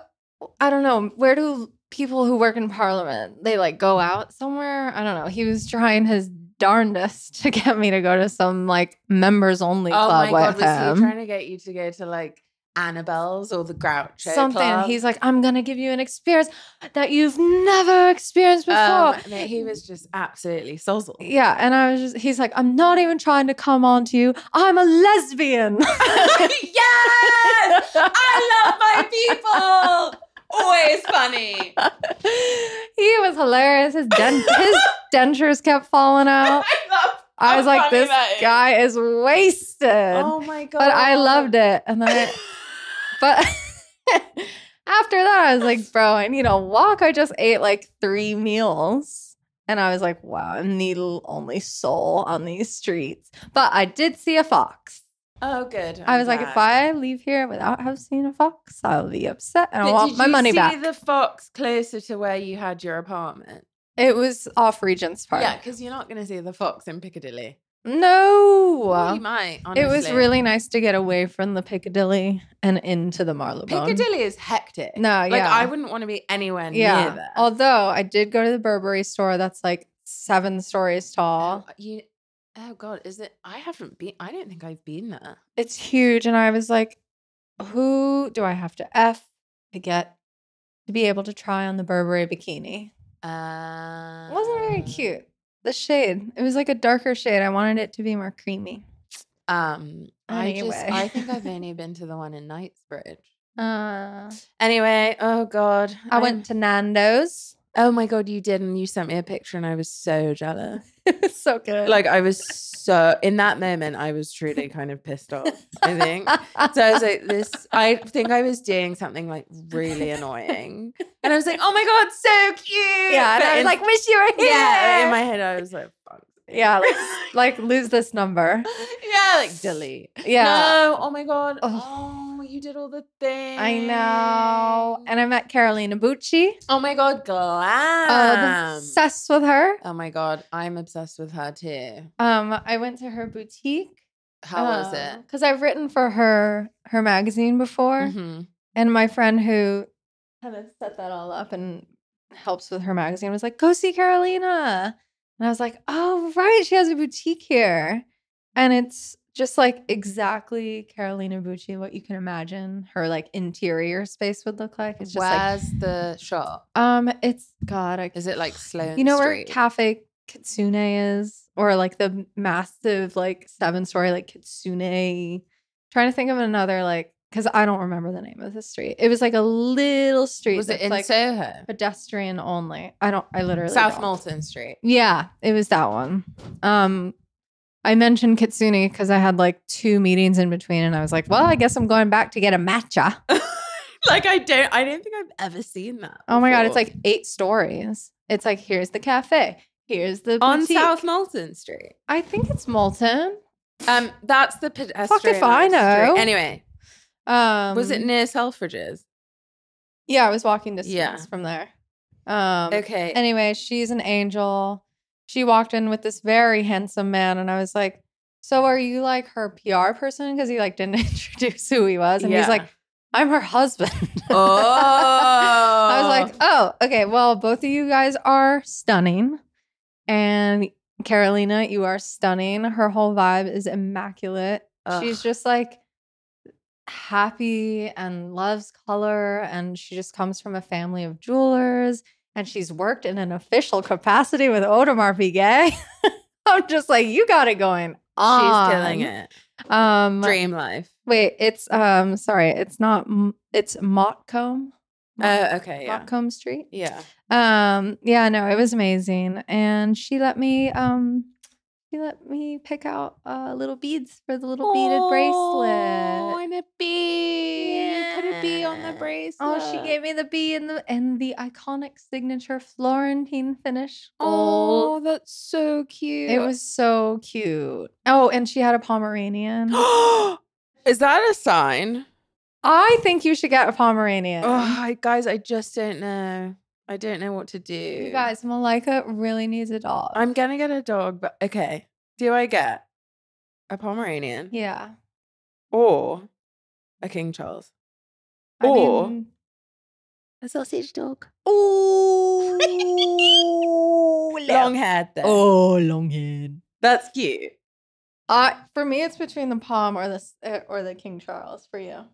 [SPEAKER 1] I don't know, where do people who work in parliament? They like go out somewhere? I don't know. He was trying his darndest to get me to go to some like members only
[SPEAKER 2] oh my god,
[SPEAKER 1] club with
[SPEAKER 2] was he
[SPEAKER 1] him.
[SPEAKER 2] trying to get you to go to like Annabelle's or the Groucho?
[SPEAKER 1] Something.
[SPEAKER 2] Club?
[SPEAKER 1] He's like, I'm gonna give you an experience that you've never experienced
[SPEAKER 2] Um,
[SPEAKER 1] before.
[SPEAKER 2] mate, he was just absolutely sozzle.
[SPEAKER 1] yeah, and I was just, he's like, I'm not even trying to come on to you. I'm a lesbian.
[SPEAKER 2] yes, I love my people. Always funny.
[SPEAKER 1] he was hilarious. His, dent- his dentures kept falling out.
[SPEAKER 2] love.
[SPEAKER 1] I was
[SPEAKER 2] how
[SPEAKER 1] like,
[SPEAKER 2] funny
[SPEAKER 1] this
[SPEAKER 2] that is."
[SPEAKER 1] guy is wasted.
[SPEAKER 2] Oh my god!
[SPEAKER 1] but I loved it. And then, I, but after that, I was like, bro, I need a walk. I just ate like three meals. And I was like, wow, I'm the l- only soul on these streets. But I did see a fox.
[SPEAKER 2] Oh, good.
[SPEAKER 1] i was like, if I leave here without have seen a fox, I'll be upset and I want my money
[SPEAKER 2] see
[SPEAKER 1] back.
[SPEAKER 2] the fox closer to where you had your apartment?
[SPEAKER 1] it was off Regent's Park.
[SPEAKER 2] Yeah, because you're not going to see the fox in Piccadilly.
[SPEAKER 1] No.
[SPEAKER 2] Well, you might. Honestly.
[SPEAKER 1] It was really nice to get away from the Piccadilly and into the Marylebone.
[SPEAKER 2] Piccadilly is hectic.
[SPEAKER 1] No,
[SPEAKER 2] like
[SPEAKER 1] yeah.
[SPEAKER 2] I wouldn't want to be anywhere near
[SPEAKER 1] yeah.
[SPEAKER 2] there.
[SPEAKER 1] Although I did go to the Burberry store that's like seven stories tall.
[SPEAKER 2] Oh, you, oh god, is it? I haven't been. I don't think I've been there.
[SPEAKER 1] It's huge. And I was like, who do I have to F to get to be able to try on the Burberry bikini?
[SPEAKER 2] Uh,
[SPEAKER 1] It wasn't
[SPEAKER 2] Um.
[SPEAKER 1] very cute. The shade, it was like a darker shade. I wanted it to be more creamy.
[SPEAKER 2] Um, I
[SPEAKER 1] Anyway.
[SPEAKER 2] just, I think I've only been to the one in Knightsbridge.
[SPEAKER 1] Uh,
[SPEAKER 2] Anyway, oh god,
[SPEAKER 1] I went to Nando's.
[SPEAKER 2] Oh my god, you did, and you sent me a picture, and I was so jealous.
[SPEAKER 1] it was so good.
[SPEAKER 2] Like I was so in that moment, I was truly kind of pissed off. I think so. I was like, this. I think I was doing something like really annoying, and I was like, oh my god, so cute.
[SPEAKER 1] yeah, and
[SPEAKER 2] But
[SPEAKER 1] I was
[SPEAKER 2] in-
[SPEAKER 1] like, wish you were here.
[SPEAKER 2] yeah. In my head, I was like, fuck.
[SPEAKER 1] yeah, like, like lose this number.
[SPEAKER 2] yeah, like delete.
[SPEAKER 1] Yeah.
[SPEAKER 2] No. Oh my god.
[SPEAKER 1] Ugh.
[SPEAKER 2] Oh, you did all the things.
[SPEAKER 1] I know. And I met Carolina Bucci.
[SPEAKER 2] oh my god, glam.
[SPEAKER 1] Um, obsessed with her.
[SPEAKER 2] oh my god, I'm obsessed with her too.
[SPEAKER 1] Um, I went to her boutique.
[SPEAKER 2] How was it?
[SPEAKER 1] Because I've written for her her magazine before,
[SPEAKER 2] Mhm.
[SPEAKER 1] and my friend who kind of set that all up and helps with her magazine was like, "Go see Carolina," and I was like, "Oh right, she has a boutique here," and it's just like exactly Carolina Bucci, what you can imagine her like interior space would look like. It's just
[SPEAKER 2] Where's the shop?
[SPEAKER 1] like um, it's God, I
[SPEAKER 2] Is it like slow?
[SPEAKER 1] you know where
[SPEAKER 2] Street?
[SPEAKER 1] Cafe Kitsune is, or like the massive like seven story like Kitsune. Trying to think of another like because I don't remember the name of the street. It was like a little street.
[SPEAKER 2] was it
[SPEAKER 1] that's,
[SPEAKER 2] in
[SPEAKER 1] like
[SPEAKER 2] Soho?
[SPEAKER 1] pedestrian only? I don't. I literally
[SPEAKER 2] South
[SPEAKER 1] don't.
[SPEAKER 2] Moulton Street.
[SPEAKER 1] Yeah, it was that one. Um, I mentioned Kitsune because I had like two meetings in between, and I was like, well, I guess I'm going back to get a matcha.
[SPEAKER 2] like I don't, I don't think I've ever seen that.
[SPEAKER 1] Oh my god, it's
[SPEAKER 2] before.
[SPEAKER 1] like eight stories. It's like here's the cafe. Here's the
[SPEAKER 2] on
[SPEAKER 1] boutique.
[SPEAKER 2] South Moulton Street.
[SPEAKER 1] I think it's Moulton.
[SPEAKER 2] Um, that's the pedestrian.
[SPEAKER 1] I know.
[SPEAKER 2] Street. Anyway,
[SPEAKER 1] Um,
[SPEAKER 2] was it near Selfridges?
[SPEAKER 1] Yeah, I was walking distance
[SPEAKER 2] Yeah.
[SPEAKER 1] from there. Um,
[SPEAKER 2] Okay.
[SPEAKER 1] Anyway, she's an angel. She walked in with this very handsome man, and I was like, "So are you like her PR person?" Because he like didn't introduce who he was, and he's
[SPEAKER 2] Yeah.
[SPEAKER 1] like, "I'm her husband."
[SPEAKER 2] oh,
[SPEAKER 1] I was like, "Oh, okay. Well, both of you guys are stunning, and Carolina, you are stunning. Her whole vibe is immaculate. She's
[SPEAKER 2] Ugh.
[SPEAKER 1] just like happy and loves color. And she just comes from a family of jewelers. And she's worked in an official capacity with Audemars Piguet. I'm just like, you got it going on.
[SPEAKER 2] Oh, she's killing it.
[SPEAKER 1] Um,
[SPEAKER 2] Dream life.
[SPEAKER 1] Wait, it's, um, sorry, it's not, M- it's Montcomb.
[SPEAKER 2] Oh, okay, yeah,
[SPEAKER 1] Montcomb Street.
[SPEAKER 2] yeah.
[SPEAKER 1] Um, yeah, no, it was amazing. And she let me, um, she let me pick out uh, little beads for the little beaded bracelet.
[SPEAKER 2] Oh, and a bee. You put a bee on the bracelet.
[SPEAKER 1] Oh, she gave me the B and the and the iconic signature Florentine finish
[SPEAKER 2] Oh,
[SPEAKER 1] gold.
[SPEAKER 2] that's so cute.
[SPEAKER 1] it was so cute. Oh, and she had a Pomeranian.
[SPEAKER 2] Is that a sign?
[SPEAKER 1] I think you should get a Pomeranian.
[SPEAKER 2] Oh, I- guys, I just don't know. I don't know what to do.
[SPEAKER 1] You guys, Malika really needs a dog.
[SPEAKER 2] I'm gonna get a dog, but okay. Do I get a Pomeranian
[SPEAKER 1] yeah.
[SPEAKER 2] or a King Charles?
[SPEAKER 1] I
[SPEAKER 2] Or-
[SPEAKER 1] mean,
[SPEAKER 2] A sausage dog.
[SPEAKER 1] oh,
[SPEAKER 2] Long haired though.
[SPEAKER 1] Oh, long head.
[SPEAKER 2] That's cute.
[SPEAKER 1] Uh, for me, it's between the Palm or the s- uh, or the King Charles. For you,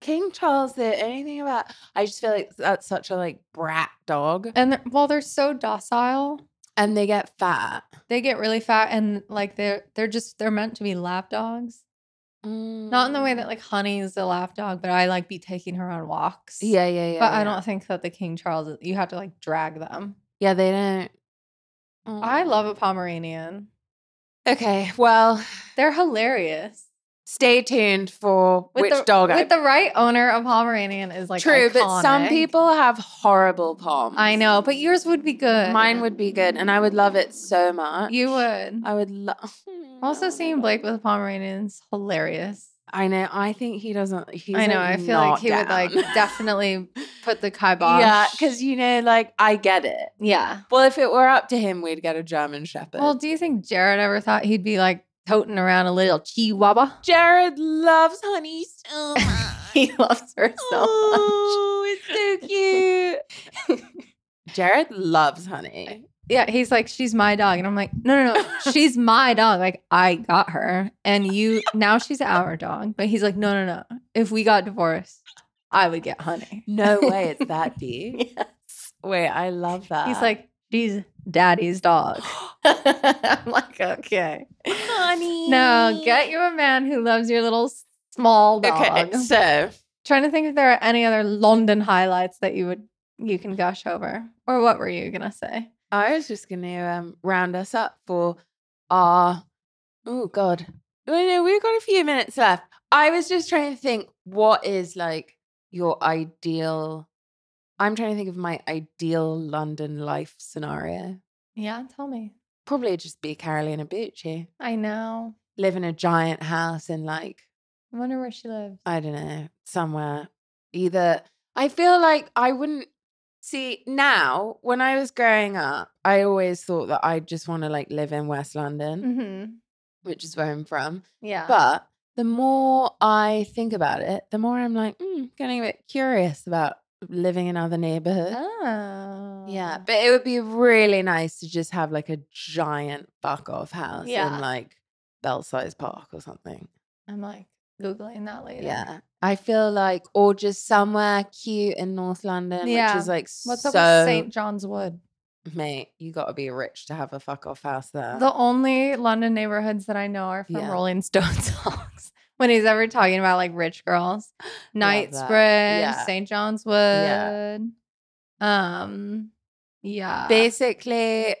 [SPEAKER 2] King Charles, the only thing about I just feel like that's such a like brat dog.
[SPEAKER 1] and they're- well, they're so docile.
[SPEAKER 2] And they get fat.
[SPEAKER 1] They get really fat and like they're they're just they're meant to be lap dogs. Not in the way
[SPEAKER 2] Mm.
[SPEAKER 1] that like Honey is a lap dog, but I like be taking her on walks.
[SPEAKER 2] Yeah, yeah, yeah.
[SPEAKER 1] But I
[SPEAKER 2] yeah.
[SPEAKER 1] don't think that the King Charles is- you have to like drag them.
[SPEAKER 2] Yeah, they don't. Mm.
[SPEAKER 1] I love a Pomeranian.
[SPEAKER 2] Okay, well,
[SPEAKER 1] They're hilarious.
[SPEAKER 2] stay tuned for
[SPEAKER 1] With
[SPEAKER 2] which
[SPEAKER 1] the,
[SPEAKER 2] dog I
[SPEAKER 1] with the right owner, a Pomeranian is like
[SPEAKER 2] True, but some
[SPEAKER 1] iconic.
[SPEAKER 2] people have horrible palms.
[SPEAKER 1] I know, but yours would be good.
[SPEAKER 2] Mine would be good, and I would love it so much.
[SPEAKER 1] you would.
[SPEAKER 2] I would love.
[SPEAKER 1] Also, seeing Blake with a Pomeranian is hilarious.
[SPEAKER 2] I know. I think he doesn't. He's
[SPEAKER 1] I know. I
[SPEAKER 2] like,
[SPEAKER 1] feel like
[SPEAKER 2] not
[SPEAKER 1] he would like
[SPEAKER 2] down.
[SPEAKER 1] definitely put the kibosh.
[SPEAKER 2] Yeah, because you know, like I get it.
[SPEAKER 1] yeah.
[SPEAKER 2] Well, if it were up to him, we'd get a German Shepherd.
[SPEAKER 1] Well, do you think Jared ever thought he'd be like toting around a little chihuahua?
[SPEAKER 2] Jared loves honey so much.
[SPEAKER 1] He loves her so
[SPEAKER 2] oh, it's so cute. Jared loves honey.
[SPEAKER 1] yeah, he's like, she's my dog. And I'm like, no, no, no, she's my dog. Like, I got her. And you, now she's our dog. But he's like, no, no, no. If we got divorced, I would get honey.
[SPEAKER 2] No way, it's that deep. Wait, I love that.
[SPEAKER 1] He's like, she's daddy's dog. I'm like, okay.
[SPEAKER 2] honey.
[SPEAKER 1] No, get you a man who loves your little s- small dog.
[SPEAKER 2] Okay, so
[SPEAKER 1] Trying to think if there are any other London highlights that you would you can gush over, or what were you gonna say?
[SPEAKER 2] I was just going to um, round us up for our. Oh God, no, no, we've got a few minutes left. I was just trying to think what is like your ideal. I'm trying to think of my ideal London life scenario.
[SPEAKER 1] Yeah, tell me.
[SPEAKER 2] Probably just be Carolina Bucci,
[SPEAKER 1] I know.
[SPEAKER 2] live in a giant house in like
[SPEAKER 1] I wonder where she lives.
[SPEAKER 2] I don't know, somewhere. Either I feel like I wouldn't see now when I was growing up, I always thought that I just want to like live in West London,
[SPEAKER 1] Mm-hmm.
[SPEAKER 2] which is where I'm from.
[SPEAKER 1] Yeah.
[SPEAKER 2] But the more I think about it, the more I'm like, mm, getting a bit curious about living in other neighborhoods.
[SPEAKER 1] oh.
[SPEAKER 2] Yeah, but it would be really nice to just have like a giant fuck off house
[SPEAKER 1] Yeah.
[SPEAKER 2] in like Belsize Park or something.
[SPEAKER 1] I'm like googling that later.
[SPEAKER 2] Yeah. I feel like, or just somewhere cute in North London,
[SPEAKER 1] Yeah.
[SPEAKER 2] which is like
[SPEAKER 1] What's
[SPEAKER 2] so.
[SPEAKER 1] up with St. John's Wood?
[SPEAKER 2] Mate, you got to be rich to have a fuck off house there.
[SPEAKER 1] The uh only London neighborhoods that I know are from
[SPEAKER 2] Yeah.
[SPEAKER 1] Rolling Stone songs. When he's ever talking about like rich girls,
[SPEAKER 2] that.
[SPEAKER 1] Knightsbridge,
[SPEAKER 2] Yeah.
[SPEAKER 1] St. John's Wood.
[SPEAKER 2] Yeah.
[SPEAKER 1] Um, yeah.
[SPEAKER 2] Basically,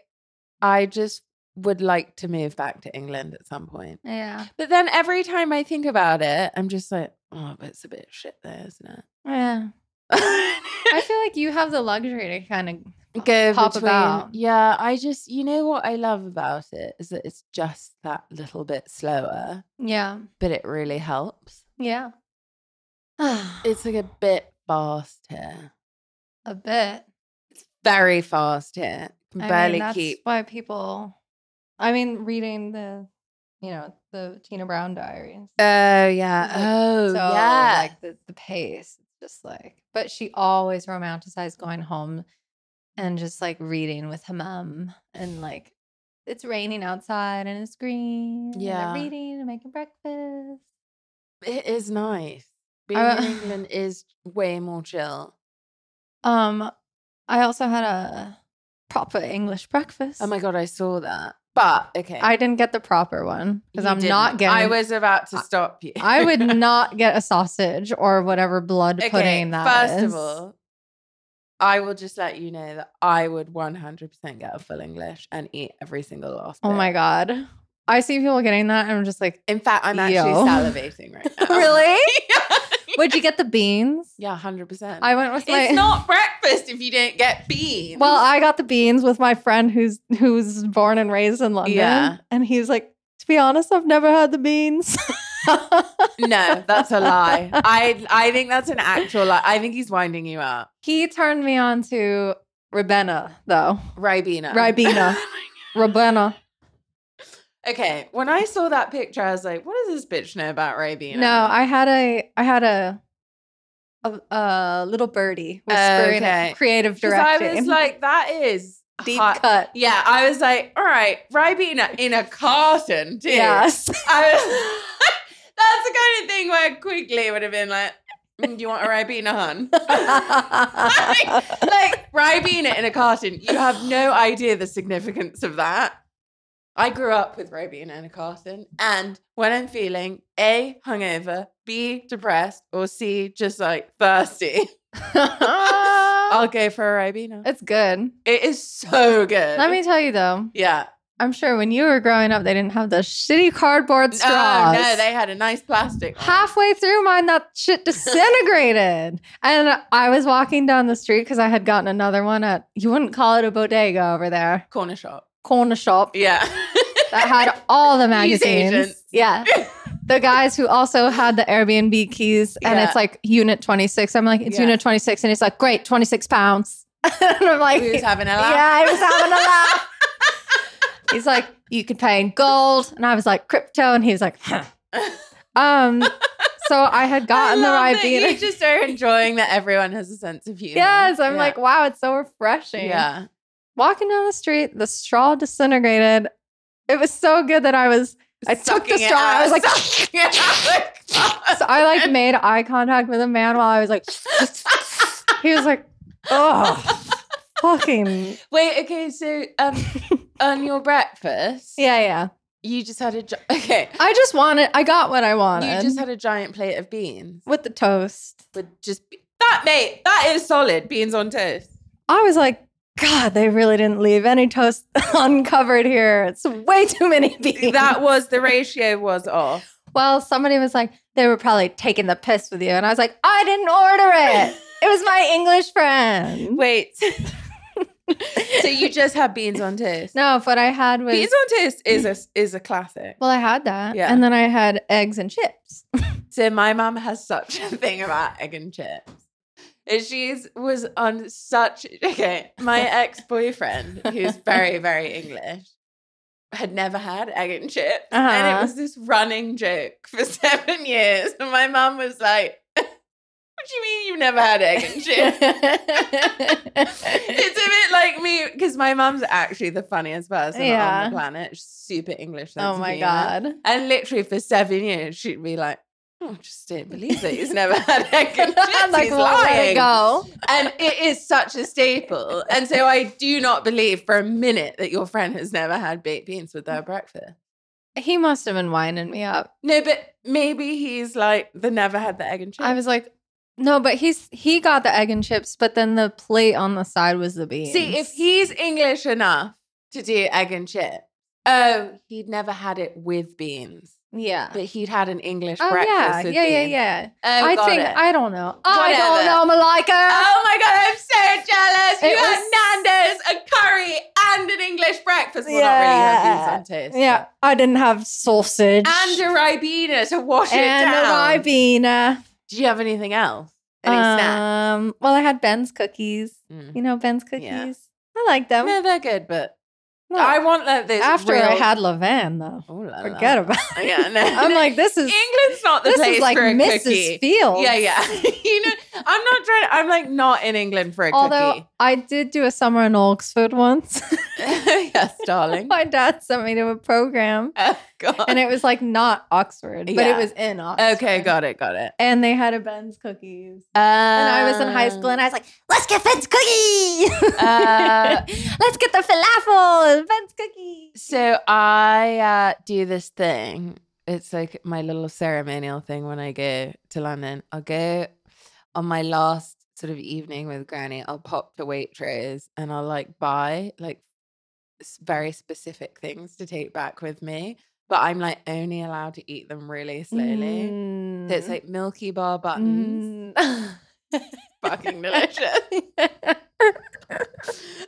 [SPEAKER 2] I just would like to move back to England at some point.
[SPEAKER 1] yeah.
[SPEAKER 2] But then every time I think about it, I'm just like, oh, but it's a bit shit there, isn't it?
[SPEAKER 1] Yeah. I feel like you have the luxury to kind of
[SPEAKER 2] Go
[SPEAKER 1] pop
[SPEAKER 2] between-
[SPEAKER 1] about.
[SPEAKER 2] Yeah, I just, you know what I love about it is that it's just that little bit slower,
[SPEAKER 1] Yeah.
[SPEAKER 2] but it really helps.
[SPEAKER 1] Yeah.
[SPEAKER 2] It's like a bit fast here.
[SPEAKER 1] a bit.
[SPEAKER 2] Very fast here. Can
[SPEAKER 1] I mean,
[SPEAKER 2] barely
[SPEAKER 1] that's
[SPEAKER 2] keep.
[SPEAKER 1] why people I mean reading the you know, the Tina Brown diaries.
[SPEAKER 2] Oh yeah.
[SPEAKER 1] Like,
[SPEAKER 2] oh
[SPEAKER 1] so
[SPEAKER 2] yeah.
[SPEAKER 1] like the, the pace it's just like but she always romanticized going home and just like reading with her mum and like it's raining outside and it's green and they're
[SPEAKER 2] Yeah.
[SPEAKER 1] reading and making breakfast
[SPEAKER 2] it is nice. Being
[SPEAKER 1] I-
[SPEAKER 2] in England is way more chill.
[SPEAKER 1] um i also had a proper english breakfast
[SPEAKER 2] Oh my god, I saw that. But okay.
[SPEAKER 1] i didn't get the proper one because
[SPEAKER 2] you
[SPEAKER 1] i'm not
[SPEAKER 2] didn't.
[SPEAKER 1] getting
[SPEAKER 2] I was about to
[SPEAKER 1] I-
[SPEAKER 2] stop you.
[SPEAKER 1] I would not get a sausage or whatever blood
[SPEAKER 2] okay,
[SPEAKER 1] pudding that
[SPEAKER 2] First
[SPEAKER 1] is.
[SPEAKER 2] of all, I will just let you know that I would 100% get a full English and eat every single last
[SPEAKER 1] oh
[SPEAKER 2] bit.
[SPEAKER 1] my god i see people getting that and i'm just like "Oh."
[SPEAKER 2] In fact, I'm actually
[SPEAKER 1] Yo.
[SPEAKER 2] salivating right now.
[SPEAKER 1] Really?
[SPEAKER 2] yeah.
[SPEAKER 1] would you get the beans
[SPEAKER 2] Yeah, 100%.
[SPEAKER 1] I went with my.
[SPEAKER 2] It's not breakfast if you don't get beans.
[SPEAKER 1] well, I got the beans with my friend who's who's born and raised in London.
[SPEAKER 2] Yeah.
[SPEAKER 1] And he's like, to be honest, I've never had the beans.
[SPEAKER 2] no, that's a lie. I I think that's an actual lie. I think he's winding you up.
[SPEAKER 1] he turned me on to Ribena, though.
[SPEAKER 2] Ribena.
[SPEAKER 1] Ribena. Ribena.
[SPEAKER 2] okay. When I saw that picture, I was like, what does this bitch know about Ribena?
[SPEAKER 1] No, I had a I had a a, a little birdie whispering
[SPEAKER 2] Okay.
[SPEAKER 1] at creative
[SPEAKER 2] 'Cause I
[SPEAKER 1] directing.
[SPEAKER 2] was like, that is
[SPEAKER 1] deep
[SPEAKER 2] hot-
[SPEAKER 1] cut.
[SPEAKER 2] Yeah, I was like, all right, Ribena in a carton, too.
[SPEAKER 1] Yes.
[SPEAKER 2] I was, that's the kind of thing where I quickly would have been like, "Mm, do you want a Ribena, hun? like Ribena in a carton. You have no idea the significance of that. I grew up with Ribena in a carton, and when I'm feeling A, hungover, B, depressed, or C, just like thirsty, I'll go for a Ribena.
[SPEAKER 1] it's good.
[SPEAKER 2] It is so good.
[SPEAKER 1] Let me tell you though,
[SPEAKER 2] Yeah.
[SPEAKER 1] I'm sure when you were growing up, they didn't have the shitty cardboard
[SPEAKER 2] Oh,
[SPEAKER 1] straws.
[SPEAKER 2] no, they had a nice plastic. one.
[SPEAKER 1] Halfway through mine, that shit disintegrated. and I was walking down the street because I had gotten another one at, you wouldn't call it a bodega over there,
[SPEAKER 2] corner shop.
[SPEAKER 1] corner shop
[SPEAKER 2] Yeah.
[SPEAKER 1] that had all the
[SPEAKER 2] These
[SPEAKER 1] magazines.
[SPEAKER 2] agents.
[SPEAKER 1] Yeah. The guys who also had the Airbnb keys and
[SPEAKER 2] Yeah.
[SPEAKER 1] it's like unit 26. I'm like, it's
[SPEAKER 2] Yeah.
[SPEAKER 1] unit 26. And he's like, great, 26 pounds. and I'm like,
[SPEAKER 2] we was having a laugh.
[SPEAKER 1] Yeah, I was having a laugh. He's like, you could pay in gold. And I was like, crypto. And he was like, huh. Um, so I had gotten the
[SPEAKER 2] I love that
[SPEAKER 1] Ribena.
[SPEAKER 2] You just are enjoying that everyone has a sense of humor.
[SPEAKER 1] yes, I'm
[SPEAKER 2] Yeah.
[SPEAKER 1] like, wow, it's so refreshing.
[SPEAKER 2] yeah.
[SPEAKER 1] walking down the street, the straw disintegrated. It was so good that I was I took
[SPEAKER 2] Sucking
[SPEAKER 1] the
[SPEAKER 2] it
[SPEAKER 1] straw, I
[SPEAKER 2] out,
[SPEAKER 1] was like-
[SPEAKER 2] sucking it out.
[SPEAKER 1] so I like made eye contact with a man while I was like he was like, oh fucking
[SPEAKER 2] Wait, okay, so um, on your breakfast,
[SPEAKER 1] Yeah, yeah.
[SPEAKER 2] you just had a gi- okay.
[SPEAKER 1] I just wanted I got what I wanted.
[SPEAKER 2] You just had a giant plate of beans
[SPEAKER 1] with the toast.
[SPEAKER 2] with just be- that, mate. That is solid beans on toast.
[SPEAKER 1] I was like, God, they really didn't leave any toast uncovered here. It's way too many beans.
[SPEAKER 2] That was the ratio was off.
[SPEAKER 1] well, somebody was like, they were probably taking the piss with you. And I was like, I didn't order it. It was my English friend.
[SPEAKER 2] Wait, so you just had beans on toast?
[SPEAKER 1] No, what I had was,
[SPEAKER 2] beans on toast is a is a classic.
[SPEAKER 1] well, I had that.
[SPEAKER 2] Yeah.
[SPEAKER 1] And then I had eggs and chips.
[SPEAKER 2] So my mum has such a thing about egg and chips. And She's was on such okay. My ex boyfriend, who's very very English, had never had egg and chips, and
[SPEAKER 1] Uh-huh.
[SPEAKER 2] it was this running joke for seven years. And my mum was like, "What do you mean you've never had egg and chips?" it's a bit like me because my mum's actually the funniest person on
[SPEAKER 1] Yeah.
[SPEAKER 2] the planet. She's super English. sense
[SPEAKER 1] oh
[SPEAKER 2] of
[SPEAKER 1] my
[SPEAKER 2] humor.
[SPEAKER 1] God.
[SPEAKER 2] And literally for seven years, she'd be like, oh, I just didn't believe that he's never had egg and chips.
[SPEAKER 1] I'm like,
[SPEAKER 2] he's
[SPEAKER 1] well, let it
[SPEAKER 2] lying.
[SPEAKER 1] go.
[SPEAKER 2] And it is such a staple. And so I do not believe for a minute that your friend has never had baked beans with their breakfast.
[SPEAKER 1] He must have been winding me up.
[SPEAKER 2] No, but maybe he's like the never had the egg and chips.
[SPEAKER 1] I was like, no, but he's he got the egg and chips, but then the plate on the side was the beans.
[SPEAKER 2] See, if he's English enough to do egg and chip, oh, he'd never had it with beans.
[SPEAKER 1] yeah,
[SPEAKER 2] But he'd had an English
[SPEAKER 1] Uh oh
[SPEAKER 2] breakfast
[SPEAKER 1] yeah,
[SPEAKER 2] with
[SPEAKER 1] yeah, yeah,
[SPEAKER 2] beans.
[SPEAKER 1] yeah.
[SPEAKER 2] Oh,
[SPEAKER 1] I
[SPEAKER 2] got
[SPEAKER 1] think
[SPEAKER 2] it.
[SPEAKER 1] I don't know. I don't
[SPEAKER 2] Whatever.
[SPEAKER 1] know, Malika.
[SPEAKER 2] Oh my god, I'm so jealous.
[SPEAKER 1] It
[SPEAKER 2] you
[SPEAKER 1] was-
[SPEAKER 2] had Nando's, a curry, and an English breakfast. Well,
[SPEAKER 1] Yeah.
[SPEAKER 2] not really, you had beans on toast.
[SPEAKER 1] yeah, I didn't have sausage
[SPEAKER 2] but- And a Ribena to wash it
[SPEAKER 1] and
[SPEAKER 2] down.
[SPEAKER 1] a ribena.
[SPEAKER 2] Do you have anything else? Any snack?
[SPEAKER 1] Um, well, I had Ben's cookies.
[SPEAKER 2] Mm.
[SPEAKER 1] You know Ben's cookies.
[SPEAKER 2] Yeah.
[SPEAKER 1] I like them.
[SPEAKER 2] No, they're good, but
[SPEAKER 1] Look,
[SPEAKER 2] I want like this.
[SPEAKER 1] after
[SPEAKER 2] real...
[SPEAKER 1] I had Levan, though,
[SPEAKER 2] Oh, la, la.
[SPEAKER 1] forget about.
[SPEAKER 2] it. Yeah, no.
[SPEAKER 1] I'm like, this is
[SPEAKER 2] England's not the
[SPEAKER 1] this
[SPEAKER 2] place
[SPEAKER 1] is like
[SPEAKER 2] for a
[SPEAKER 1] Mrs.
[SPEAKER 2] cookie.
[SPEAKER 1] Fields.
[SPEAKER 2] Yeah, yeah. you know, I'm not trying. I'm like not in England for a
[SPEAKER 1] Although
[SPEAKER 2] cookie. Mm-hmm.
[SPEAKER 1] I did do a summer in Oxford once.
[SPEAKER 2] yes, darling.
[SPEAKER 1] My dad sent me to a program
[SPEAKER 2] Oh, God.
[SPEAKER 1] and it was like not Oxford, but
[SPEAKER 2] Yeah.
[SPEAKER 1] it was in Oxford.
[SPEAKER 2] okay, got it, got it.
[SPEAKER 1] And they had a Ben's cookies.
[SPEAKER 2] Uh,
[SPEAKER 1] And I was in high school and I was like, let's get Ben's cookie.
[SPEAKER 2] Uh,
[SPEAKER 1] let's get the falafel and Ben's cookie.
[SPEAKER 2] So I uh, do this thing. It's like my little ceremonial thing when I go to London. I'll go on my last sort of evening with Granny. I'll pop to Waitrose and I'll like buy like s- very specific things to take back with me. But I'm like only allowed to eat them really slowly. So
[SPEAKER 1] Mm-hmm.
[SPEAKER 2] it's like Milky Bar buttons,
[SPEAKER 1] Mm.
[SPEAKER 2] fucking delicious.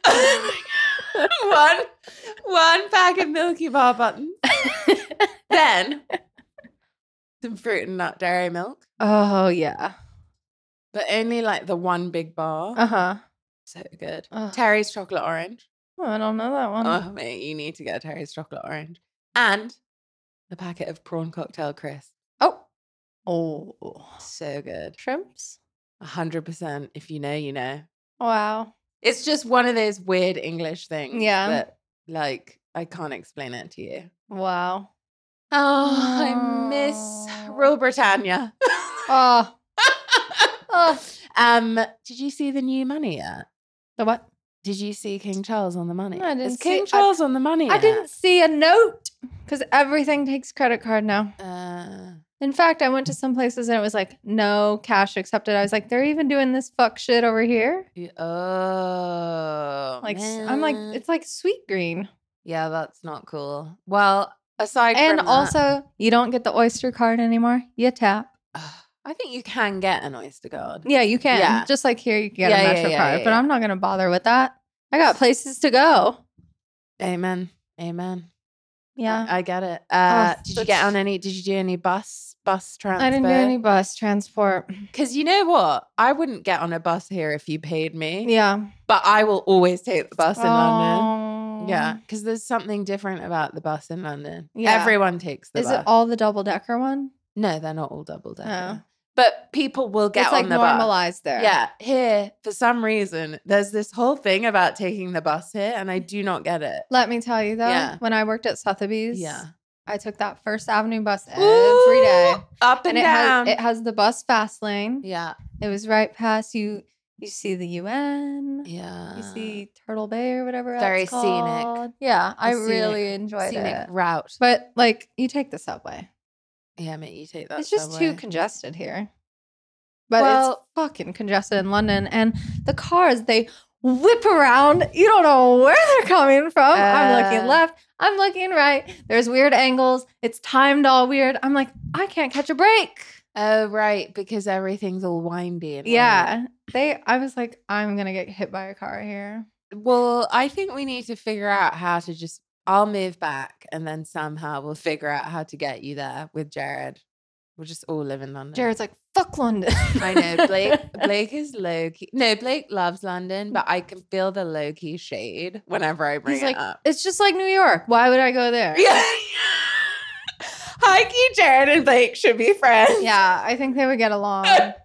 [SPEAKER 2] Oh one one pack of Milky Bar buttons. then some fruit and nut dairy milk,
[SPEAKER 1] oh, yeah.
[SPEAKER 2] but only like the one big bar.
[SPEAKER 1] Uh huh.
[SPEAKER 2] So good.
[SPEAKER 1] Oh,
[SPEAKER 2] Terry's chocolate orange.
[SPEAKER 1] I don't know that one.
[SPEAKER 2] Oh mate, you need to get a Terry's chocolate orange. And a packet of prawn cocktail crisp.
[SPEAKER 1] Oh. Oh.
[SPEAKER 2] So good.
[SPEAKER 1] Shrimps?
[SPEAKER 2] A hundred percent. If you know, you know.
[SPEAKER 1] Wow.
[SPEAKER 2] It's just one of those weird English things.
[SPEAKER 1] Yeah.
[SPEAKER 2] That, like I can't explain it to you.
[SPEAKER 1] Wow.
[SPEAKER 2] Oh, I miss
[SPEAKER 1] Oh.
[SPEAKER 2] Royal Britannia.
[SPEAKER 1] Oh. oh.
[SPEAKER 2] um, did you see the new money yet?
[SPEAKER 1] The what?
[SPEAKER 2] Did you see King Charles on the money?
[SPEAKER 1] No, I
[SPEAKER 2] Is
[SPEAKER 1] didn't see-
[SPEAKER 2] King
[SPEAKER 1] I-
[SPEAKER 2] Charles on the money?
[SPEAKER 1] I
[SPEAKER 2] yet?
[SPEAKER 1] didn't see a note because everything takes credit card now.
[SPEAKER 2] Uh,
[SPEAKER 1] In fact, I went to some places and it was like, no cash accepted. I was like, they're even doing this fuck shit over here.
[SPEAKER 2] y- oh,
[SPEAKER 1] Like, s- I'm like,
[SPEAKER 2] man.
[SPEAKER 1] it's like sweet green.
[SPEAKER 2] yeah, that's not cool. Well, aside
[SPEAKER 1] And
[SPEAKER 2] from uh, that-
[SPEAKER 1] also, you don't get the Oyster card anymore. You tap.
[SPEAKER 2] Ugh, I think you can get an Oyster card.
[SPEAKER 1] Yeah, you can.
[SPEAKER 2] Yeah.
[SPEAKER 1] Just like here, you can get
[SPEAKER 2] Yeah,
[SPEAKER 1] a
[SPEAKER 2] yeah,
[SPEAKER 1] Metro
[SPEAKER 2] yeah,
[SPEAKER 1] card,
[SPEAKER 2] yeah,
[SPEAKER 1] but
[SPEAKER 2] yeah.
[SPEAKER 1] I'm not going to bother with that. I got places to go.
[SPEAKER 2] Amen. Amen. I-
[SPEAKER 1] Yeah.
[SPEAKER 2] I, get it. Uh,
[SPEAKER 1] Oh,
[SPEAKER 2] did you get
[SPEAKER 1] that's-
[SPEAKER 2] on any? Did you do any bus bus transfer?
[SPEAKER 1] I didn't do any bus transport.
[SPEAKER 2] Because you know what? I wouldn't get on a bus here if you paid me,
[SPEAKER 1] Yeah.
[SPEAKER 2] but I will always take the bus in London. Yeah,
[SPEAKER 1] Oh.
[SPEAKER 2] because there's something different about the bus in London.
[SPEAKER 1] Yeah.
[SPEAKER 2] Everyone takes the
[SPEAKER 1] Is
[SPEAKER 2] bus.
[SPEAKER 1] it all the double decker one?
[SPEAKER 2] no, they're not all double decker.
[SPEAKER 1] Oh.
[SPEAKER 2] but people will get
[SPEAKER 1] it's
[SPEAKER 2] on
[SPEAKER 1] like
[SPEAKER 2] the bus.
[SPEAKER 1] normalized there.
[SPEAKER 2] Yeah, here for some reason there's this whole thing about taking the bus here, and I do not get it.
[SPEAKER 1] Let me tell you though,
[SPEAKER 2] Yeah.
[SPEAKER 1] when I worked at Sotheby's,
[SPEAKER 2] Yeah,
[SPEAKER 1] I took that First Avenue bus every day.
[SPEAKER 2] Ooh, up and,
[SPEAKER 1] And it
[SPEAKER 2] down.
[SPEAKER 1] has it has the bus fast lane.
[SPEAKER 2] yeah,
[SPEAKER 1] It was right past you you see the UN.
[SPEAKER 2] yeah.
[SPEAKER 1] You see Turtle Bay or whatever. that's
[SPEAKER 2] Very scenic.
[SPEAKER 1] called. Yeah, I
[SPEAKER 2] scenic-
[SPEAKER 1] really enjoyed
[SPEAKER 2] scenic
[SPEAKER 1] it.
[SPEAKER 2] route.
[SPEAKER 1] But like, you take the subway.
[SPEAKER 2] Yeah, mate, you take that.
[SPEAKER 1] it's just
[SPEAKER 2] subway.
[SPEAKER 1] too congested here. But it's
[SPEAKER 2] Well-
[SPEAKER 1] fucking congested in London, and the cars they whip around. You don't know where they're coming from. I'm looking
[SPEAKER 2] Uh.
[SPEAKER 1] left. I'm looking right. There's weird angles. It's timed all weird. I'm like, I can't catch a break.
[SPEAKER 2] Oh right, because everything's all windy. And weird.
[SPEAKER 1] Yeah, they. I was like, I'm gonna get hit by a car here.
[SPEAKER 2] Well, I think we need to figure out how to just. I'll move back, and then somehow we'll figure out how to get you there with Jared. We'll just all live in London.
[SPEAKER 1] Jared's like, fuck London.
[SPEAKER 2] I know Blake. Blake is low key. No, Blake loves London, but I can feel the low key shade whenever I bring
[SPEAKER 1] He's
[SPEAKER 2] it
[SPEAKER 1] like,
[SPEAKER 2] up.
[SPEAKER 1] it's just like New York. Why would I go there?
[SPEAKER 2] Yeah. High key, Jared and Blake should be friends.
[SPEAKER 1] Yeah, I think they would get along. But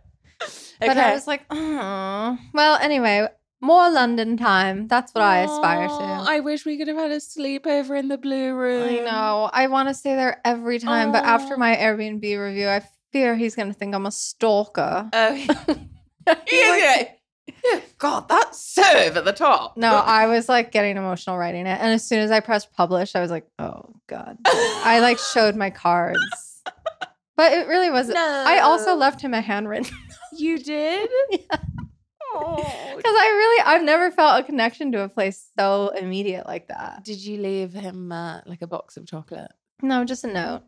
[SPEAKER 1] I
[SPEAKER 2] Okay.
[SPEAKER 1] was like, oh. Well, anyway, more London time. That's what I aspire
[SPEAKER 2] Aw,
[SPEAKER 1] to.
[SPEAKER 2] I wish we could have had a sleepover in the blue room.
[SPEAKER 1] I know. I want to stay there every time. But after
[SPEAKER 2] Aw.
[SPEAKER 1] my Airbnb review, I fear he's going to think I'm a stalker.
[SPEAKER 2] Oh, yeah. yeah. God, that's so over the top.
[SPEAKER 1] No, I was like getting emotional writing it. And as soon as I pressed publish, I was like, oh, God. I like showed my cards. But it really wasn't. I also
[SPEAKER 2] No.
[SPEAKER 1] left him a handwritten
[SPEAKER 2] You did?
[SPEAKER 1] Yeah.
[SPEAKER 2] Oh,
[SPEAKER 1] Because I really, I've never felt a connection to a place so immediate like that.
[SPEAKER 2] did you leave him uh, like a box of chocolate?
[SPEAKER 1] No, just a note.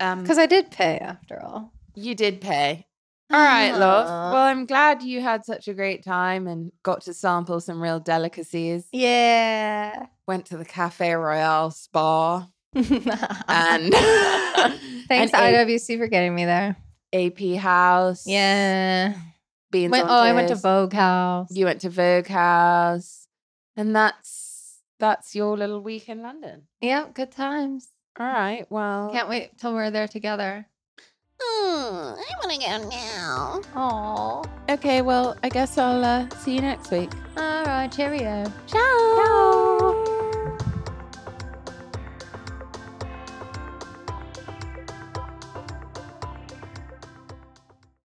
[SPEAKER 2] Um,
[SPEAKER 1] Because I did pay after all.
[SPEAKER 2] you did pay. All
[SPEAKER 1] Ah.
[SPEAKER 2] right, love.
[SPEAKER 1] Aw.
[SPEAKER 2] Well, I'm glad you had such a great time and got to sample some real delicacies.
[SPEAKER 1] Yeah.
[SPEAKER 2] Went to the Cafe Royale Spa and
[SPEAKER 1] Uh-huh. Thanks,
[SPEAKER 2] and
[SPEAKER 1] IWC, for getting me there.
[SPEAKER 2] A- AP House.
[SPEAKER 1] Yeah.
[SPEAKER 2] Beans
[SPEAKER 1] Went-
[SPEAKER 2] on
[SPEAKER 1] oh, I went to
[SPEAKER 2] Toast.
[SPEAKER 1] Vogue House.
[SPEAKER 2] You went to Vogue House, and that's that's your little week in London.
[SPEAKER 1] Yeah, good times.
[SPEAKER 2] All right. Well,
[SPEAKER 1] Can't wait till we're there together.
[SPEAKER 2] Hmm, I want to go now.
[SPEAKER 1] Oh.
[SPEAKER 2] Okay. Well, I guess I'll uh, see you next week.
[SPEAKER 1] All right, cheerio.
[SPEAKER 2] Ciao.